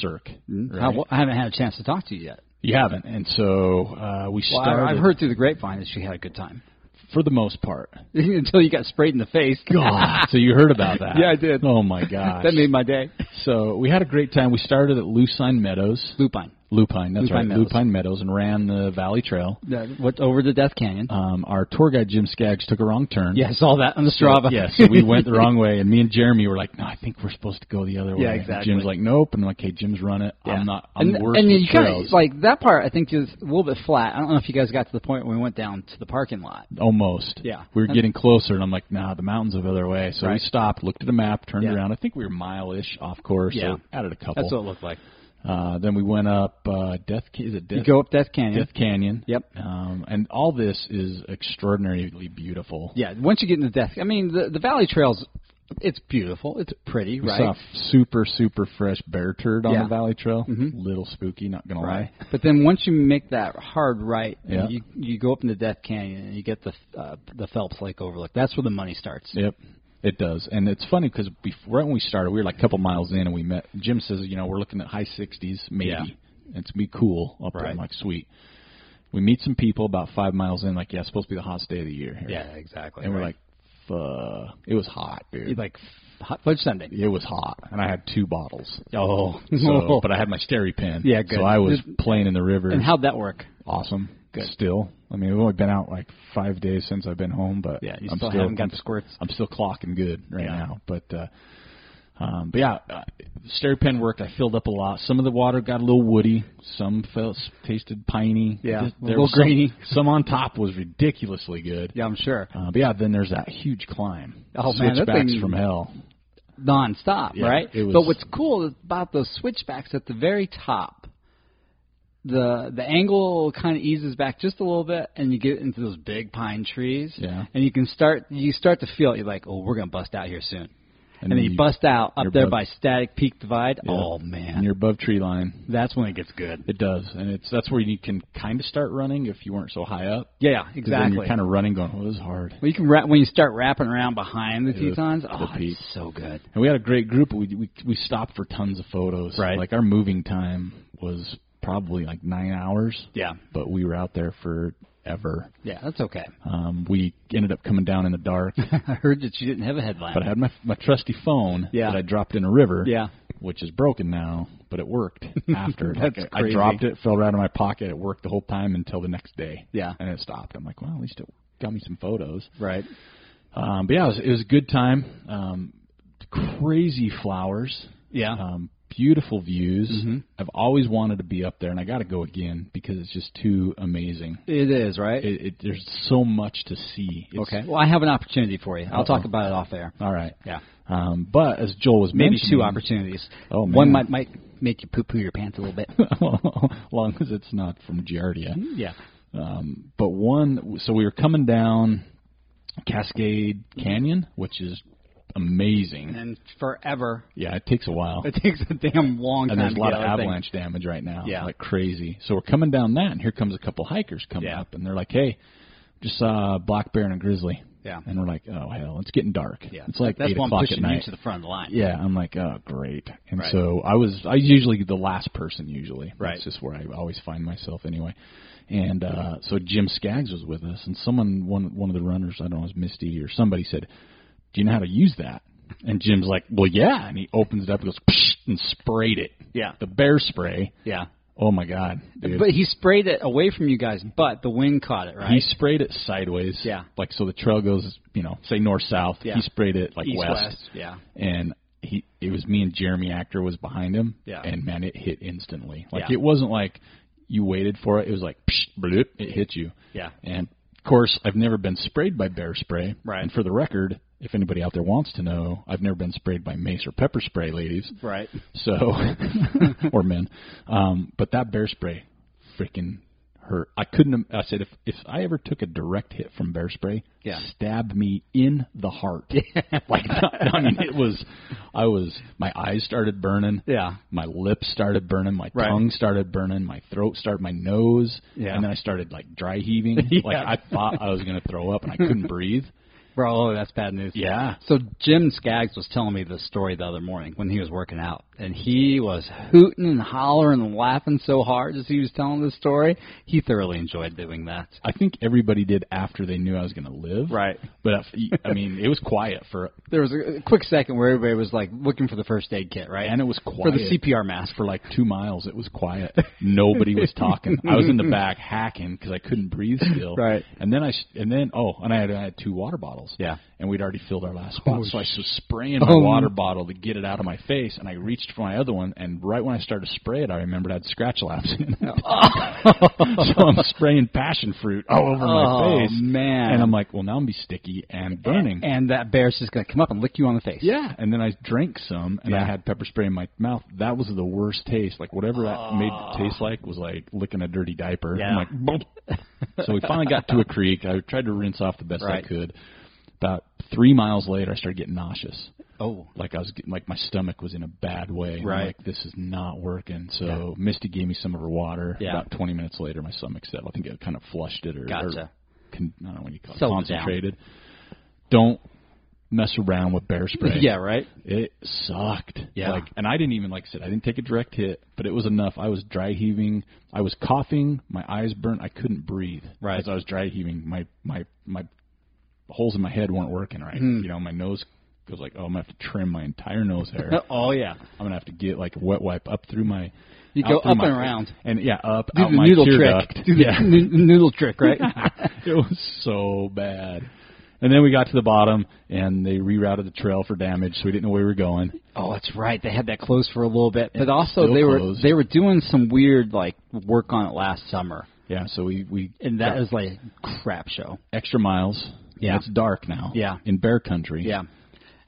Speaker 1: Cirque.
Speaker 2: I,
Speaker 1: right?
Speaker 2: well, I haven't had a chance to talk to you yet.
Speaker 1: You haven't, and so uh, we
Speaker 2: Well,
Speaker 1: started.
Speaker 2: I, I've heard through the grapevine that she had a good time.
Speaker 1: for the most part.
Speaker 2: until you got sprayed in the face.
Speaker 1: God, so you heard about that?
Speaker 2: Yeah, I did.
Speaker 1: Oh my gosh!
Speaker 2: that made my day.
Speaker 1: so we had a great time. We started at Lucine Meadows,
Speaker 2: Lupine.
Speaker 1: Lupine. That's
Speaker 2: Lupine
Speaker 1: right,
Speaker 2: Meadows.
Speaker 1: Lupine Meadows, and ran the Valley Trail.
Speaker 2: That- What over the Death Canyon?
Speaker 1: Um, our tour guide Jim Skaggs took a wrong turn.
Speaker 2: yeah, I saw that on the
Speaker 1: So-
Speaker 2: Strava.
Speaker 1: Yeah, so we went the wrong way, and me and Jeremy were like, "No, I think we're supposed to go the other way."
Speaker 2: Yeah,
Speaker 1: And
Speaker 2: exactly.
Speaker 1: Jim's like, "Nope," and I'm like, "Okay, Jim's run it.
Speaker 2: Yeah.
Speaker 1: I'm not. I'm
Speaker 2: and,
Speaker 1: worse
Speaker 2: and
Speaker 1: with
Speaker 2: you kind
Speaker 1: trails."
Speaker 2: of like that part. I think is a little bit flat. I don't know if you guys got to the point where we went down to the parking lot.
Speaker 1: Almost.
Speaker 2: Yeah.
Speaker 1: We were
Speaker 2: And-
Speaker 1: getting closer, and I'm like, nah, the mountain's the other way. So we
Speaker 2: Right.
Speaker 1: stopped, looked at a map, turned
Speaker 2: Yeah.
Speaker 1: around. I think we were mile ish off course.
Speaker 2: Yeah.
Speaker 1: So added a couple.
Speaker 2: That's what it looked like.
Speaker 1: uh, then we went up uh, Death. Ca- Is it Death?
Speaker 2: You go up Death Canyon.
Speaker 1: Death Canyon.
Speaker 2: Yep.
Speaker 1: Um, and all this is extraordinarily beautiful.
Speaker 2: Yeah, once you get into Death, I mean the the Valley Trails, it's beautiful. It's pretty,
Speaker 1: We saw
Speaker 2: right?
Speaker 1: super super fresh bear turd on
Speaker 2: Yeah.
Speaker 1: the valley trail.
Speaker 2: Mhm.
Speaker 1: Little spooky, not gonna
Speaker 2: Right.
Speaker 1: lie.
Speaker 2: But then once you make that hard right, and
Speaker 1: Yeah.
Speaker 2: you you go up into Death Canyon and you get the uh, the Phelps Lake overlook. That's where the money starts.
Speaker 1: Yep, it does. And it's funny because right when we started, we were like a couple miles in, and we met. Jim says, you know, we're looking at high 60s, maybe.
Speaker 2: Yeah.
Speaker 1: It's be cool up there.
Speaker 2: Right.
Speaker 1: I'm like, sweet. We meet some people about five miles in, like, yeah, it's supposed to be the hottest day of the year here.
Speaker 2: exactly.
Speaker 1: And we're like, fuh. It was hot, dude.
Speaker 2: like hot fudge Sunday.
Speaker 1: it was hot, and I had two bottles.
Speaker 2: Oh,
Speaker 1: So, but I had my Steri pen.
Speaker 2: Yeah, good.
Speaker 1: So I was playing in the river.
Speaker 2: and how'd that work?
Speaker 1: awesome.
Speaker 2: Good.
Speaker 1: Still, I mean, we've only been out like five days since I've been home, but
Speaker 2: Yeah, you
Speaker 1: I'm
Speaker 2: still
Speaker 1: still
Speaker 2: haven't got the squirts.
Speaker 1: I'm still clocking good right
Speaker 2: Yeah.
Speaker 1: now, but uh, um, but yeah, uh, steri pen worked. I filled up a lot. Some of the water got a little woody. Some felt tasted piney.
Speaker 2: Yeah,
Speaker 1: Just-
Speaker 2: a
Speaker 1: there
Speaker 2: little
Speaker 1: was some-
Speaker 2: grainy.
Speaker 1: Some, on top was ridiculously good.
Speaker 2: Yeah, I'm sure.
Speaker 1: Uh, but yeah, then there's that huge climb.
Speaker 2: Oh, man, that
Speaker 1: switchbacks
Speaker 2: thing-
Speaker 1: from hell.
Speaker 2: nonstop,
Speaker 1: Yeah,
Speaker 2: right?
Speaker 1: it was-
Speaker 2: but what's cool about those switchbacks at the very top, the the angle kind of eases back just a little bit, and you get into those big pine trees,
Speaker 1: Yeah.
Speaker 2: and you can start you start to feel it. You're like, oh, we're gonna bust out here soon, and, then you, bust out
Speaker 1: you're
Speaker 2: up there
Speaker 1: above-
Speaker 2: by Static Peak Divide.
Speaker 1: Yeah.
Speaker 2: Oh
Speaker 1: and
Speaker 2: man,
Speaker 1: you're above tree line.
Speaker 2: that's when it gets good.
Speaker 1: It does, and it's that's where you can kind of start running if you weren't so high up.
Speaker 2: Yeah, yeah
Speaker 1: 'Cause Then
Speaker 2: exactly.
Speaker 1: you're kind of running, going, "Oh, this is hard."
Speaker 2: well, you can wrap, when you start wrapping around behind the
Speaker 1: The-
Speaker 2: Tetons.
Speaker 1: the
Speaker 2: oh,
Speaker 1: peak.
Speaker 2: it's so good.
Speaker 1: And we had a great group. We we we stopped for tons of photos.
Speaker 2: Right.
Speaker 1: Like our moving time was probably like nine hours,
Speaker 2: Yeah,
Speaker 1: but we were out there for ever.
Speaker 2: yeah, that's okay.
Speaker 1: Um, we ended up coming down in the dark,
Speaker 2: I heard that you didn't have a headlamp.
Speaker 1: but I had my my trusty phone
Speaker 2: Yeah.
Speaker 1: that I dropped in a river.
Speaker 2: yeah.
Speaker 1: Which is broken now, but it worked after.
Speaker 2: That's
Speaker 1: Like, I
Speaker 2: crazy.
Speaker 1: dropped it, fell right out of my pocket. It worked the whole time until the next day.
Speaker 2: Yeah.
Speaker 1: And it stopped. I'm like, well, at least it got me some photos.
Speaker 2: Right.
Speaker 1: Um, but yeah, it was, it was a good time. Um, crazy flowers.
Speaker 2: Yeah.
Speaker 1: Um, beautiful views.
Speaker 2: Mhm.
Speaker 1: I've always wanted to be up there, and I got to go again because it's just too amazing.
Speaker 2: It is, right?
Speaker 1: It, it, there's so much to see. It's,
Speaker 2: okay. Well, I have an opportunity for you. I'll
Speaker 1: Uh-oh.
Speaker 2: talk about it off air.
Speaker 1: All right.
Speaker 2: Yeah.
Speaker 1: Um, but as Joel was
Speaker 2: Maybe
Speaker 1: mentioning,
Speaker 2: two opportunities.
Speaker 1: Oh, man.
Speaker 2: One might might make you poo poo your pants a little bit.
Speaker 1: long as it's not from Giardia.
Speaker 2: yeah.
Speaker 1: Um, but one, so we were coming down Cascade Canyon, which is amazing.
Speaker 2: And forever.
Speaker 1: Yeah, it takes a while.
Speaker 2: It takes a damn long
Speaker 1: and
Speaker 2: time.
Speaker 1: there's a
Speaker 2: to
Speaker 1: lot
Speaker 2: get
Speaker 1: of
Speaker 2: out things.
Speaker 1: avalanche damage right now,
Speaker 2: Yeah.
Speaker 1: like crazy. So we're coming down that, and here comes a couple hikers coming
Speaker 2: Yeah.
Speaker 1: up, and they're like, "Hey, just saw a black bear and a grizzly."
Speaker 2: Yeah.
Speaker 1: And we're like, "Oh hell, it's getting dark.
Speaker 2: Yeah.
Speaker 1: It's like
Speaker 2: that's
Speaker 1: eight
Speaker 2: why I'm
Speaker 1: o'clock
Speaker 2: pushing
Speaker 1: at night."
Speaker 2: you to the front of the line.
Speaker 1: yeah, I'm like, "Oh great." And
Speaker 2: Right.
Speaker 1: so I was, I usually the last person usually.
Speaker 2: Right.
Speaker 1: That's just where I always find myself anyway. And uh, so Jim Skaggs was with us, and someone one one of the runners, I don't know, it was Misty or somebody said, "Do you know how to use that?" And Jim's like, "Well, yeah," and he opens it up and goes Psh, and sprayed it
Speaker 2: Yeah.
Speaker 1: the bear spray.
Speaker 2: Yeah.
Speaker 1: Oh my god! dude.
Speaker 2: But he sprayed it away from you guys, but the wind caught it, right?
Speaker 1: he sprayed it sideways.
Speaker 2: Yeah.
Speaker 1: Like so, the trail goes, you know, say north south.
Speaker 2: Yeah.
Speaker 1: He sprayed it like
Speaker 2: East
Speaker 1: west.
Speaker 2: Yeah.
Speaker 1: and he it was me and Jeremy Actor was behind him.
Speaker 2: Yeah.
Speaker 1: and man, it hit instantly. Like
Speaker 2: Yeah.
Speaker 1: it wasn't like you waited for it. It was like psh, bloop, it hit you.
Speaker 2: Yeah.
Speaker 1: and of course, I've never been sprayed by bear spray.
Speaker 2: Right.
Speaker 1: And for the record, if anybody out there wants to know, I've never been sprayed by mace or pepper spray, ladies.
Speaker 2: Right.
Speaker 1: So, or men. Um, but that bear spray freaking hurt. I couldn't. im- I said, if if I ever took a direct hit from bear spray,
Speaker 2: Yeah.
Speaker 1: stab me in the heart. like, I mean, it was. I was. My eyes started burning.
Speaker 2: Yeah.
Speaker 1: My lips started burning. My
Speaker 2: Right.
Speaker 1: tongue started burning. My throat started. My nose.
Speaker 2: Yeah.
Speaker 1: And then I started like dry heaving.
Speaker 2: Yeah.
Speaker 1: Like I thought I was gonna throw up, and I couldn't breathe.
Speaker 2: Bro, oh, that's bad news.
Speaker 1: Yeah.
Speaker 2: So Jim Skaggs was telling me this story the other morning when he was working out, and he was hooting and hollering and laughing so hard as he was telling this story. He thoroughly enjoyed doing that.
Speaker 1: I think everybody did after they knew I was going to live.
Speaker 2: Right.
Speaker 1: But I, I mean, it was quiet for,
Speaker 2: There was a a quick second where everybody was like looking for the first aid kit, right?
Speaker 1: and it was
Speaker 2: for
Speaker 1: quiet
Speaker 2: the CPR mask.
Speaker 1: for like two miles. It was quiet. Nobody was talking. I was in the back hacking because I couldn't breathe still.
Speaker 2: Right.
Speaker 1: And then I s- and then oh, and I had I had two water bottles.
Speaker 2: Yeah.
Speaker 1: And we'd already filled our last spot,
Speaker 2: Oh,
Speaker 1: so I was spraying my
Speaker 2: Oh.
Speaker 1: water bottle to get it out of my face, and I reached for my other one, and right when I started to spray it, I remembered I had scratch laps in
Speaker 2: Oh.
Speaker 1: it. so I'm spraying passion fruit all over
Speaker 2: Oh,
Speaker 1: my face,
Speaker 2: man.
Speaker 1: And I'm like, well, now I'm gonna be sticky and burning.
Speaker 2: And that bear's just gonna come up and lick you on the face.
Speaker 1: Yeah, and then I drank some, and I
Speaker 2: Yeah.
Speaker 1: had pepper spray in my mouth. That was the worst taste. Like whatever that made it taste like was like licking a dirty diaper. I'm
Speaker 2: Ah. Yeah.
Speaker 1: like, "Boop." so we finally got to a creek. I tried to rinse off the best
Speaker 2: Right.
Speaker 1: I could. About three miles later, I started getting nauseous.
Speaker 2: Oh.
Speaker 1: Like I was getting, like my stomach was in a bad way. And I'm
Speaker 2: Right.
Speaker 1: like this is not working. So Misty gave me some of her water.
Speaker 2: Yeah.
Speaker 1: About 20 minutes later, my stomach settled. I think it kind of flushed it or, or
Speaker 2: Gotcha.
Speaker 1: con- I don't know what you call it,
Speaker 2: Settled it down.
Speaker 1: concentrated. Don't mess around with bear spray.
Speaker 2: Yeah. Right.
Speaker 1: It sucked.
Speaker 2: Yeah.
Speaker 1: Like, and I didn't even like I said I didn't take a direct hit, but it was enough. I was dry heaving. I was coughing. My eyes burnt. I couldn't breathe.
Speaker 2: Right.
Speaker 1: As I was dry heaving, my my my holes in my head weren't working right.
Speaker 2: Hmm.
Speaker 1: You know, my nose was like, oh, I'm gonna have to trim my entire nose hair. I'm
Speaker 2: Oh yeah.
Speaker 1: gonna have to get like a wet wipe up through my.
Speaker 2: You
Speaker 1: out
Speaker 2: go
Speaker 1: through
Speaker 2: up
Speaker 1: my-
Speaker 2: and around.
Speaker 1: And yeah, up
Speaker 2: Do
Speaker 1: out
Speaker 2: the
Speaker 1: my
Speaker 2: noodle
Speaker 1: tear
Speaker 2: trick.
Speaker 1: duct.
Speaker 2: Do the
Speaker 1: yeah.
Speaker 2: noo- noodle trick, right?
Speaker 1: it was so bad. And then we got to the bottom, and they rerouted the trail for damage, so we didn't know where we were going.
Speaker 2: Oh, that's right. They had that closed for a little bit, but
Speaker 1: It's
Speaker 2: also
Speaker 1: still
Speaker 2: they were
Speaker 1: closed.
Speaker 2: they were doing some weird like work on it last summer,
Speaker 1: Yeah, so we we
Speaker 2: and that
Speaker 1: got
Speaker 2: is like a crap show.
Speaker 1: extra miles.
Speaker 2: Yeah.
Speaker 1: it's dark now.
Speaker 2: Yeah.
Speaker 1: in bear country.
Speaker 2: Yeah.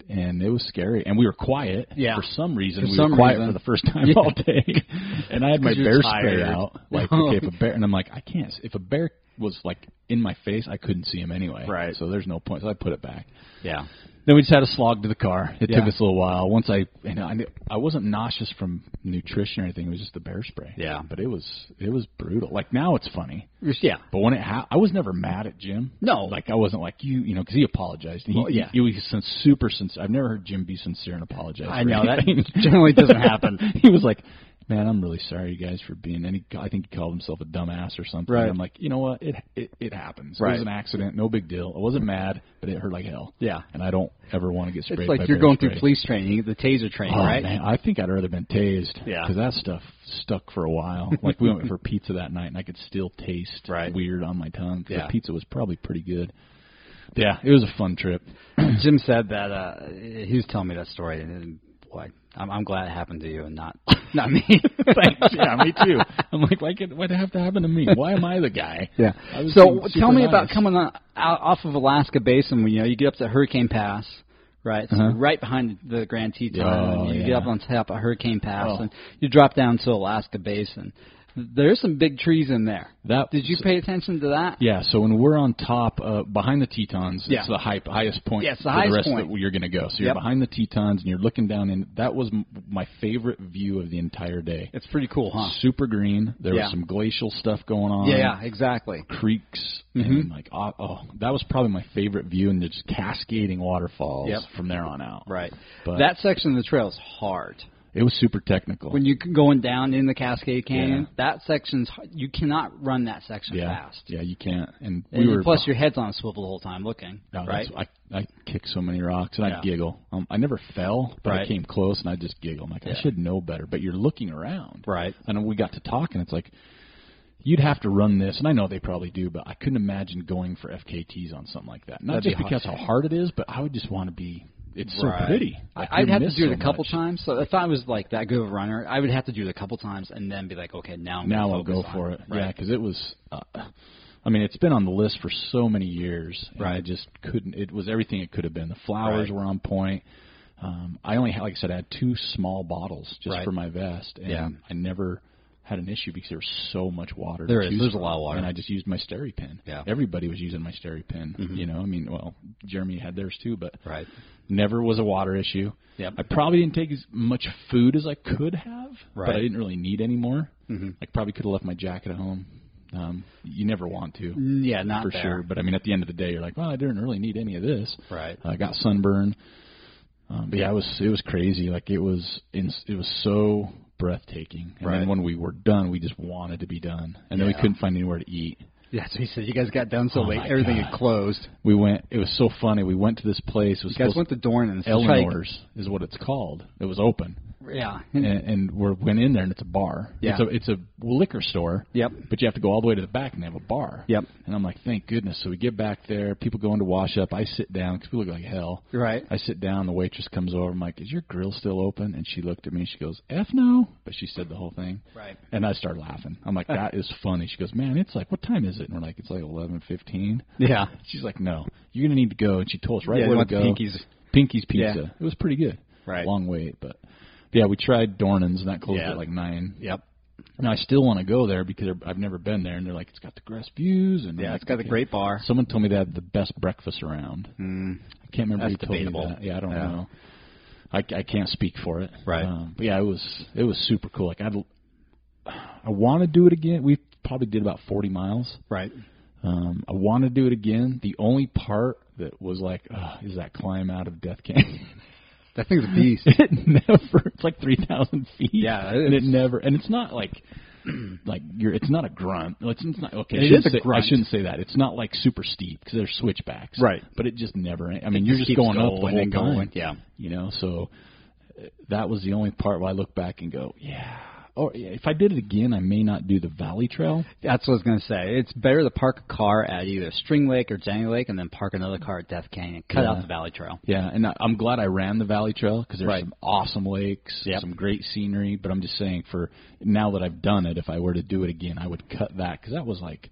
Speaker 1: and it was scary, and we were quiet.
Speaker 2: Yeah.
Speaker 1: for some reason
Speaker 2: For
Speaker 1: we
Speaker 2: some
Speaker 1: were quiet
Speaker 2: reason.
Speaker 1: for the first time
Speaker 2: Yeah.
Speaker 1: all day. and I had my
Speaker 2: 'Cause you're
Speaker 1: bear spray
Speaker 2: tired.
Speaker 1: out, like okay, if a bear, and I'm like, I can't. If a bear was like in my face, I couldn't see him anyway.
Speaker 2: Right.
Speaker 1: So there's no point. So I put it back.
Speaker 2: Yeah.
Speaker 1: Then we just had a slog to the car. It
Speaker 2: Yeah.
Speaker 1: took us a little while. Once I, you know, I, knew- I wasn't nauseous from nutrition or anything. It was just the bear spray.
Speaker 2: Yeah.
Speaker 1: but it was it was brutal. Like now it's funny.
Speaker 2: Yeah.
Speaker 1: But when it happened, I was never mad at Jim.
Speaker 2: No.
Speaker 1: like I wasn't like you, you know, because he apologized. And he,
Speaker 2: Well, yeah.
Speaker 1: he, was sin- super sincere. I've never heard Jim be sincere and apologize.
Speaker 2: I
Speaker 1: for
Speaker 2: know, that
Speaker 1: anything.
Speaker 2: generally doesn't happen.
Speaker 1: he was like, "Man, I'm really sorry, you guys, for being." And he, I think he called himself a dumbass or something.
Speaker 2: Right.
Speaker 1: I'm like, you know what? It it, it happens. It
Speaker 2: Right.
Speaker 1: was an accident. No big deal. I wasn't mad, but it hurt like hell.
Speaker 2: Yeah.
Speaker 1: and I don't ever want to get sprayed.
Speaker 2: It's
Speaker 1: by
Speaker 2: like you're
Speaker 1: bear
Speaker 2: going
Speaker 1: spray.
Speaker 2: through police training, you get the taser training,
Speaker 1: Oh,
Speaker 2: right?
Speaker 1: man, I think I'd rather been tased.
Speaker 2: Yeah.
Speaker 1: because that stuff stuck for a while. Like we went for pizza that night, and I could still taste
Speaker 2: Right.
Speaker 1: weird on my tongue. 'cause
Speaker 2: Yeah.
Speaker 1: the pizza was probably pretty good. Yeah, it was a fun trip.
Speaker 2: Jim said that uh he was telling me that story, and, and boy, I'm, I'm glad it happened to you and not not me.
Speaker 1: Thanks. Yeah, me too. I'm like, why could why'd it have to happen to me? Why am I the guy?
Speaker 2: Yeah.
Speaker 1: I was being
Speaker 2: So
Speaker 1: super
Speaker 2: tell me about
Speaker 1: nice.
Speaker 2: coming on, out off of Alaska Basin. When, you know, you get up to Hurricane Pass, right? So you're right behind the Grand Teton,
Speaker 1: Uh-huh. Oh,
Speaker 2: and you
Speaker 1: yeah.
Speaker 2: get up on top of Hurricane Pass,
Speaker 1: Oh.
Speaker 2: and you drop down to Alaska Basin. There's some big trees in there.
Speaker 1: That-
Speaker 2: Did you pay attention to that?
Speaker 1: Yeah, so when we're on top, uh, behind the Tetons,
Speaker 2: Yeah.
Speaker 1: it's the high, highest point
Speaker 2: Yeah, it's the
Speaker 1: for
Speaker 2: highest
Speaker 1: the rest
Speaker 2: point.
Speaker 1: that you're going to go. So you're
Speaker 2: Yep.
Speaker 1: behind the Tetons and you're looking down, and that was m- my favorite view of the entire day.
Speaker 2: It's pretty cool, huh?
Speaker 1: Uh, super green. There
Speaker 2: Yeah.
Speaker 1: was some glacial stuff going on.
Speaker 2: Yeah, yeah, Mm-hmm. exactly.
Speaker 1: Creeks and like oh, oh, that was probably my favorite view, and just cascading waterfalls
Speaker 2: Yep.
Speaker 1: from there on out.
Speaker 2: Right.
Speaker 1: But-
Speaker 2: that section of the trail is hard.
Speaker 1: It was super technical.
Speaker 2: When you're going down in the Cascade Canyon,
Speaker 1: Yeah.
Speaker 2: that section's h- you cannot run that section
Speaker 1: yeah,
Speaker 2: fast.
Speaker 1: yeah, you can't. And we
Speaker 2: And
Speaker 1: were
Speaker 2: plus your head's on a swivel the whole time looking,
Speaker 1: No,
Speaker 2: right?
Speaker 1: that's- I I kick so many rocks and
Speaker 2: Yeah.
Speaker 1: I giggle. Um, I never fell, but I
Speaker 2: Right.
Speaker 1: came close and I just giggle. I'm like,
Speaker 2: Yeah.
Speaker 1: I should know better. But you're looking around,
Speaker 2: Right.
Speaker 1: And we got to talk, and it's like, you'd have to run this, and I know they probably do, but I couldn't imagine going for FKTs on something like that. Not
Speaker 2: That'd be
Speaker 1: just because
Speaker 2: hard.
Speaker 1: how hard it is, but I would just want to be. It's so
Speaker 2: Right.
Speaker 1: pretty. Like,
Speaker 2: I, I'd
Speaker 1: you
Speaker 2: have to
Speaker 1: miss
Speaker 2: do
Speaker 1: so
Speaker 2: it a couple
Speaker 1: much.
Speaker 2: times. So if I was like that good of a runner, I would have to do it a couple times and then be like, okay, now I'm gonna
Speaker 1: Now I'll
Speaker 2: focus
Speaker 1: go
Speaker 2: on
Speaker 1: for it. Yeah, 'cause Yeah,
Speaker 2: Right.
Speaker 1: because it was. Uh, I mean, it's been on the list for so many years. and I
Speaker 2: Right.
Speaker 1: just couldn't. It was everything it could have been. The flowers
Speaker 2: Right.
Speaker 1: were on point. Um, I only had, like I said, I had two small bottles just
Speaker 2: Right.
Speaker 1: for my vest, and
Speaker 2: Yeah.
Speaker 1: I never had an issue because there was so much water.
Speaker 2: There
Speaker 1: to
Speaker 2: is.
Speaker 1: choose
Speaker 2: There's a
Speaker 1: from.
Speaker 2: lot of water.
Speaker 1: and I just used my Steri pin.
Speaker 2: Yeah. Mm-hmm.
Speaker 1: everybody was using my Steri pin. You know, I mean, well, Jeremy had theirs too, but
Speaker 2: Right.
Speaker 1: never was a water issue.
Speaker 2: Yep.
Speaker 1: I probably didn't take as much food as I could have, but
Speaker 2: Right.
Speaker 1: I didn't really need any more. Mm-hmm. I probably could have left my jacket at home. Um, you never want to.
Speaker 2: Mm, Yeah, not
Speaker 1: for
Speaker 2: there.
Speaker 1: sure. But I mean, at the end of the day, you're like, well, I didn't really need any of this.
Speaker 2: Right.
Speaker 1: I got sunburn. Um, but yeah, it was it was crazy. Like it was in, it was so breathtaking. And
Speaker 2: Right.
Speaker 1: then when we were done, we just wanted to be done. And then we
Speaker 2: Yeah.
Speaker 1: couldn't find anywhere to eat.
Speaker 2: Yeah, so he said you guys got done so
Speaker 1: Oh
Speaker 2: late,
Speaker 1: my
Speaker 2: everything
Speaker 1: God.
Speaker 2: had closed.
Speaker 1: We went. It was so funny. We went to this place. It was
Speaker 2: You guys
Speaker 1: supposed-
Speaker 2: went to Dornan's. to try to-
Speaker 1: Eleanor's is what it's called. It was open,
Speaker 2: Yeah.
Speaker 1: and, and we went in there, and it's a bar.
Speaker 2: Yeah.
Speaker 1: It's a it's a liquor store.
Speaker 2: Yep.
Speaker 1: But you have to go all the way to the back, and they have a bar.
Speaker 2: Yep.
Speaker 1: And I'm like, thank goodness. So we get back there. People go in to wash up. I sit down because we look like hell.
Speaker 2: Right.
Speaker 1: I sit down. The waitress comes over. I'm like, is your grill still open? And she looked at me. She goes, F no. But she said the whole thing.
Speaker 2: Right.
Speaker 1: And I started laughing. I'm like, that is funny. She goes, man, it's like, what time is it? And we're like, it's like 11:15.
Speaker 2: Yeah.
Speaker 1: She's like, no, you're gonna need to go. And she told us right
Speaker 2: Yeah,
Speaker 1: where
Speaker 2: you
Speaker 1: to
Speaker 2: want the
Speaker 1: go.
Speaker 2: Pinkies.
Speaker 1: Pinky's
Speaker 2: Yeah.
Speaker 1: Pizza. It was pretty good.
Speaker 2: Right.
Speaker 1: Long wait, but yeah, we tried Dornan's and that closed
Speaker 2: Yeah.
Speaker 1: at like nine.
Speaker 2: Yep.
Speaker 1: Now I still want to go there because I've never been there, and they're like, it's got the grass views and I'm
Speaker 2: Yeah,
Speaker 1: like,
Speaker 2: it's got a
Speaker 1: okay.
Speaker 2: great bar.
Speaker 1: Someone told me they had the best breakfast around.
Speaker 2: Mm.
Speaker 1: I can't remember
Speaker 2: That's
Speaker 1: who told
Speaker 2: debatable.
Speaker 1: me that. Yeah, I don't
Speaker 2: Yeah.
Speaker 1: know. I, I can't speak for it.
Speaker 2: Right.
Speaker 1: Um, but yeah, it was it was super cool. Like I'd, I want to do it again. We probably did about forty miles.
Speaker 2: Right.
Speaker 1: Um, I want to do it again. The only part that was like, uh, is that climb out of Death Canyon.
Speaker 2: That thing's a beast.
Speaker 1: it never. It's like three thousand feet.
Speaker 2: Yeah, it
Speaker 1: and it
Speaker 2: is.
Speaker 1: never. And it's not like. Like you're, it's not a grunt. It's, it's not okay. I
Speaker 2: It
Speaker 1: shouldn't
Speaker 2: is a
Speaker 1: say,
Speaker 2: grunt.
Speaker 1: I shouldn't say that. It's not like super steep because there's switchbacks.
Speaker 2: Right.
Speaker 1: But it just never. I mean,
Speaker 2: It
Speaker 1: you're
Speaker 2: just
Speaker 1: just
Speaker 2: keeps
Speaker 1: going, up the
Speaker 2: going
Speaker 1: whole
Speaker 2: and going.
Speaker 1: time.
Speaker 2: Yeah.
Speaker 1: You know. So uh, that was the only part where I look back and go, yeah. Or yeah, if I did it again, I may not do the Valley Trail.
Speaker 2: That's what I was gonna say. It's better to park a car at either String Lake or Jenny Lake, and then park another car at Death Canyon. Cut
Speaker 1: Yeah.
Speaker 2: out the Valley Trail.
Speaker 1: Yeah, and I- I'm glad I ran the Valley Trail because there's
Speaker 2: Right.
Speaker 1: some awesome lakes,
Speaker 2: Yep.
Speaker 1: some great scenery. But I'm just saying, for now that I've done it, if I were to do it again, I would cut that because that was like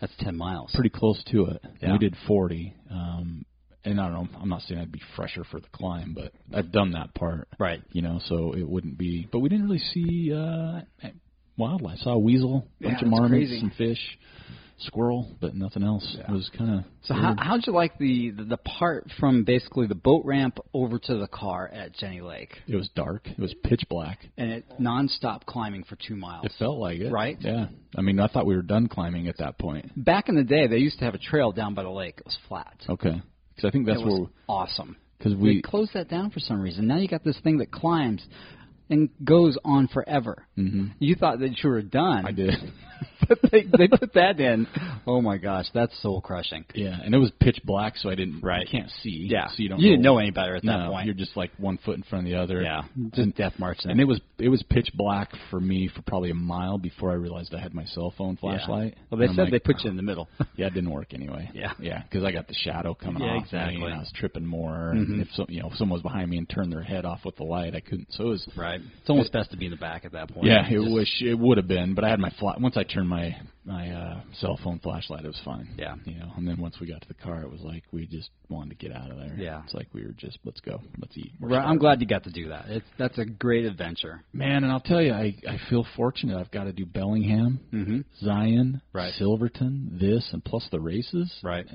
Speaker 2: That's ten miles.
Speaker 1: pretty close to it. And
Speaker 2: Yeah.
Speaker 1: We did 40, um, and I don't know. I'm not saying I'd be fresher for the climb, but I've done that part,
Speaker 2: Right.
Speaker 1: you know, so it wouldn't be. But we didn't really see uh, wildlife. I saw a weasel, a
Speaker 2: Yeah,
Speaker 1: bunch of
Speaker 2: that's
Speaker 1: marmots,
Speaker 2: crazy.
Speaker 1: some fish, squirrel, but nothing else. It was kind of
Speaker 2: So how how'd you like the, the the part from basically the boat ramp over to the car at Jenny Lake,
Speaker 1: it was dark. It was pitch black.
Speaker 2: and it nonstop climbing for two miles?
Speaker 1: It felt like it.
Speaker 2: Right?
Speaker 1: Yeah. I mean, I thought we were done climbing at that point.
Speaker 2: Back in the day, they used to have a trail down by the lake. It was flat.
Speaker 1: Okay. Because I think that's
Speaker 2: it
Speaker 1: where
Speaker 2: was awesome.
Speaker 1: because
Speaker 2: Oh, We,
Speaker 1: we
Speaker 2: closed that down for some reason. Now you got this thing that climbs and goes on forever. Mm-hmm. You thought that you were done.
Speaker 1: I did.
Speaker 2: but they, they put that in. Oh my gosh, that's soul crushing.
Speaker 1: yeah, and it was pitch black, so I didn't.
Speaker 2: Right.
Speaker 1: You can't see.
Speaker 2: Yeah.
Speaker 1: So you don't.
Speaker 2: You didn't know any better at that
Speaker 1: no,
Speaker 2: point.
Speaker 1: You're just like one foot in front of the other.
Speaker 2: Yeah, just
Speaker 1: And,
Speaker 2: death marching.
Speaker 1: and it was it was pitch black for me for probably a mile before I realized I had my cell phone
Speaker 2: Yeah.
Speaker 1: flashlight.
Speaker 2: Well, they
Speaker 1: And I'm
Speaker 2: said
Speaker 1: like,
Speaker 2: they put you in the middle.
Speaker 1: Yeah, it didn't work anyway.
Speaker 2: Yeah.
Speaker 1: yeah, because I got the shadow coming
Speaker 2: Yeah,
Speaker 1: off me,
Speaker 2: exactly. Mm-hmm.
Speaker 1: and I was tripping more. And if some, you know, if someone was behind me and turned their head off with the light, I couldn't. So it was
Speaker 2: right. It's almost best to be in the back at that point.
Speaker 1: Yeah, it
Speaker 2: Just-
Speaker 1: wish it would have been, but I had my fla- once I turned my my uh, cell phone flashlight, it was fine.
Speaker 2: Yeah.
Speaker 1: you know, and then once we got to the car, it was like we just wanted to get out of there.
Speaker 2: Yeah.
Speaker 1: it's like we were just let's go, let's eat. We're
Speaker 2: Right, I'm
Speaker 1: starving.
Speaker 2: glad you got to do that. It's that's a great adventure.
Speaker 1: man, and I'll tell you, I I feel fortunate. I've got to do Bellingham,
Speaker 2: Mm-hmm.
Speaker 1: Zion,
Speaker 2: Right.
Speaker 1: Silverton, this, and plus the races.
Speaker 2: Right.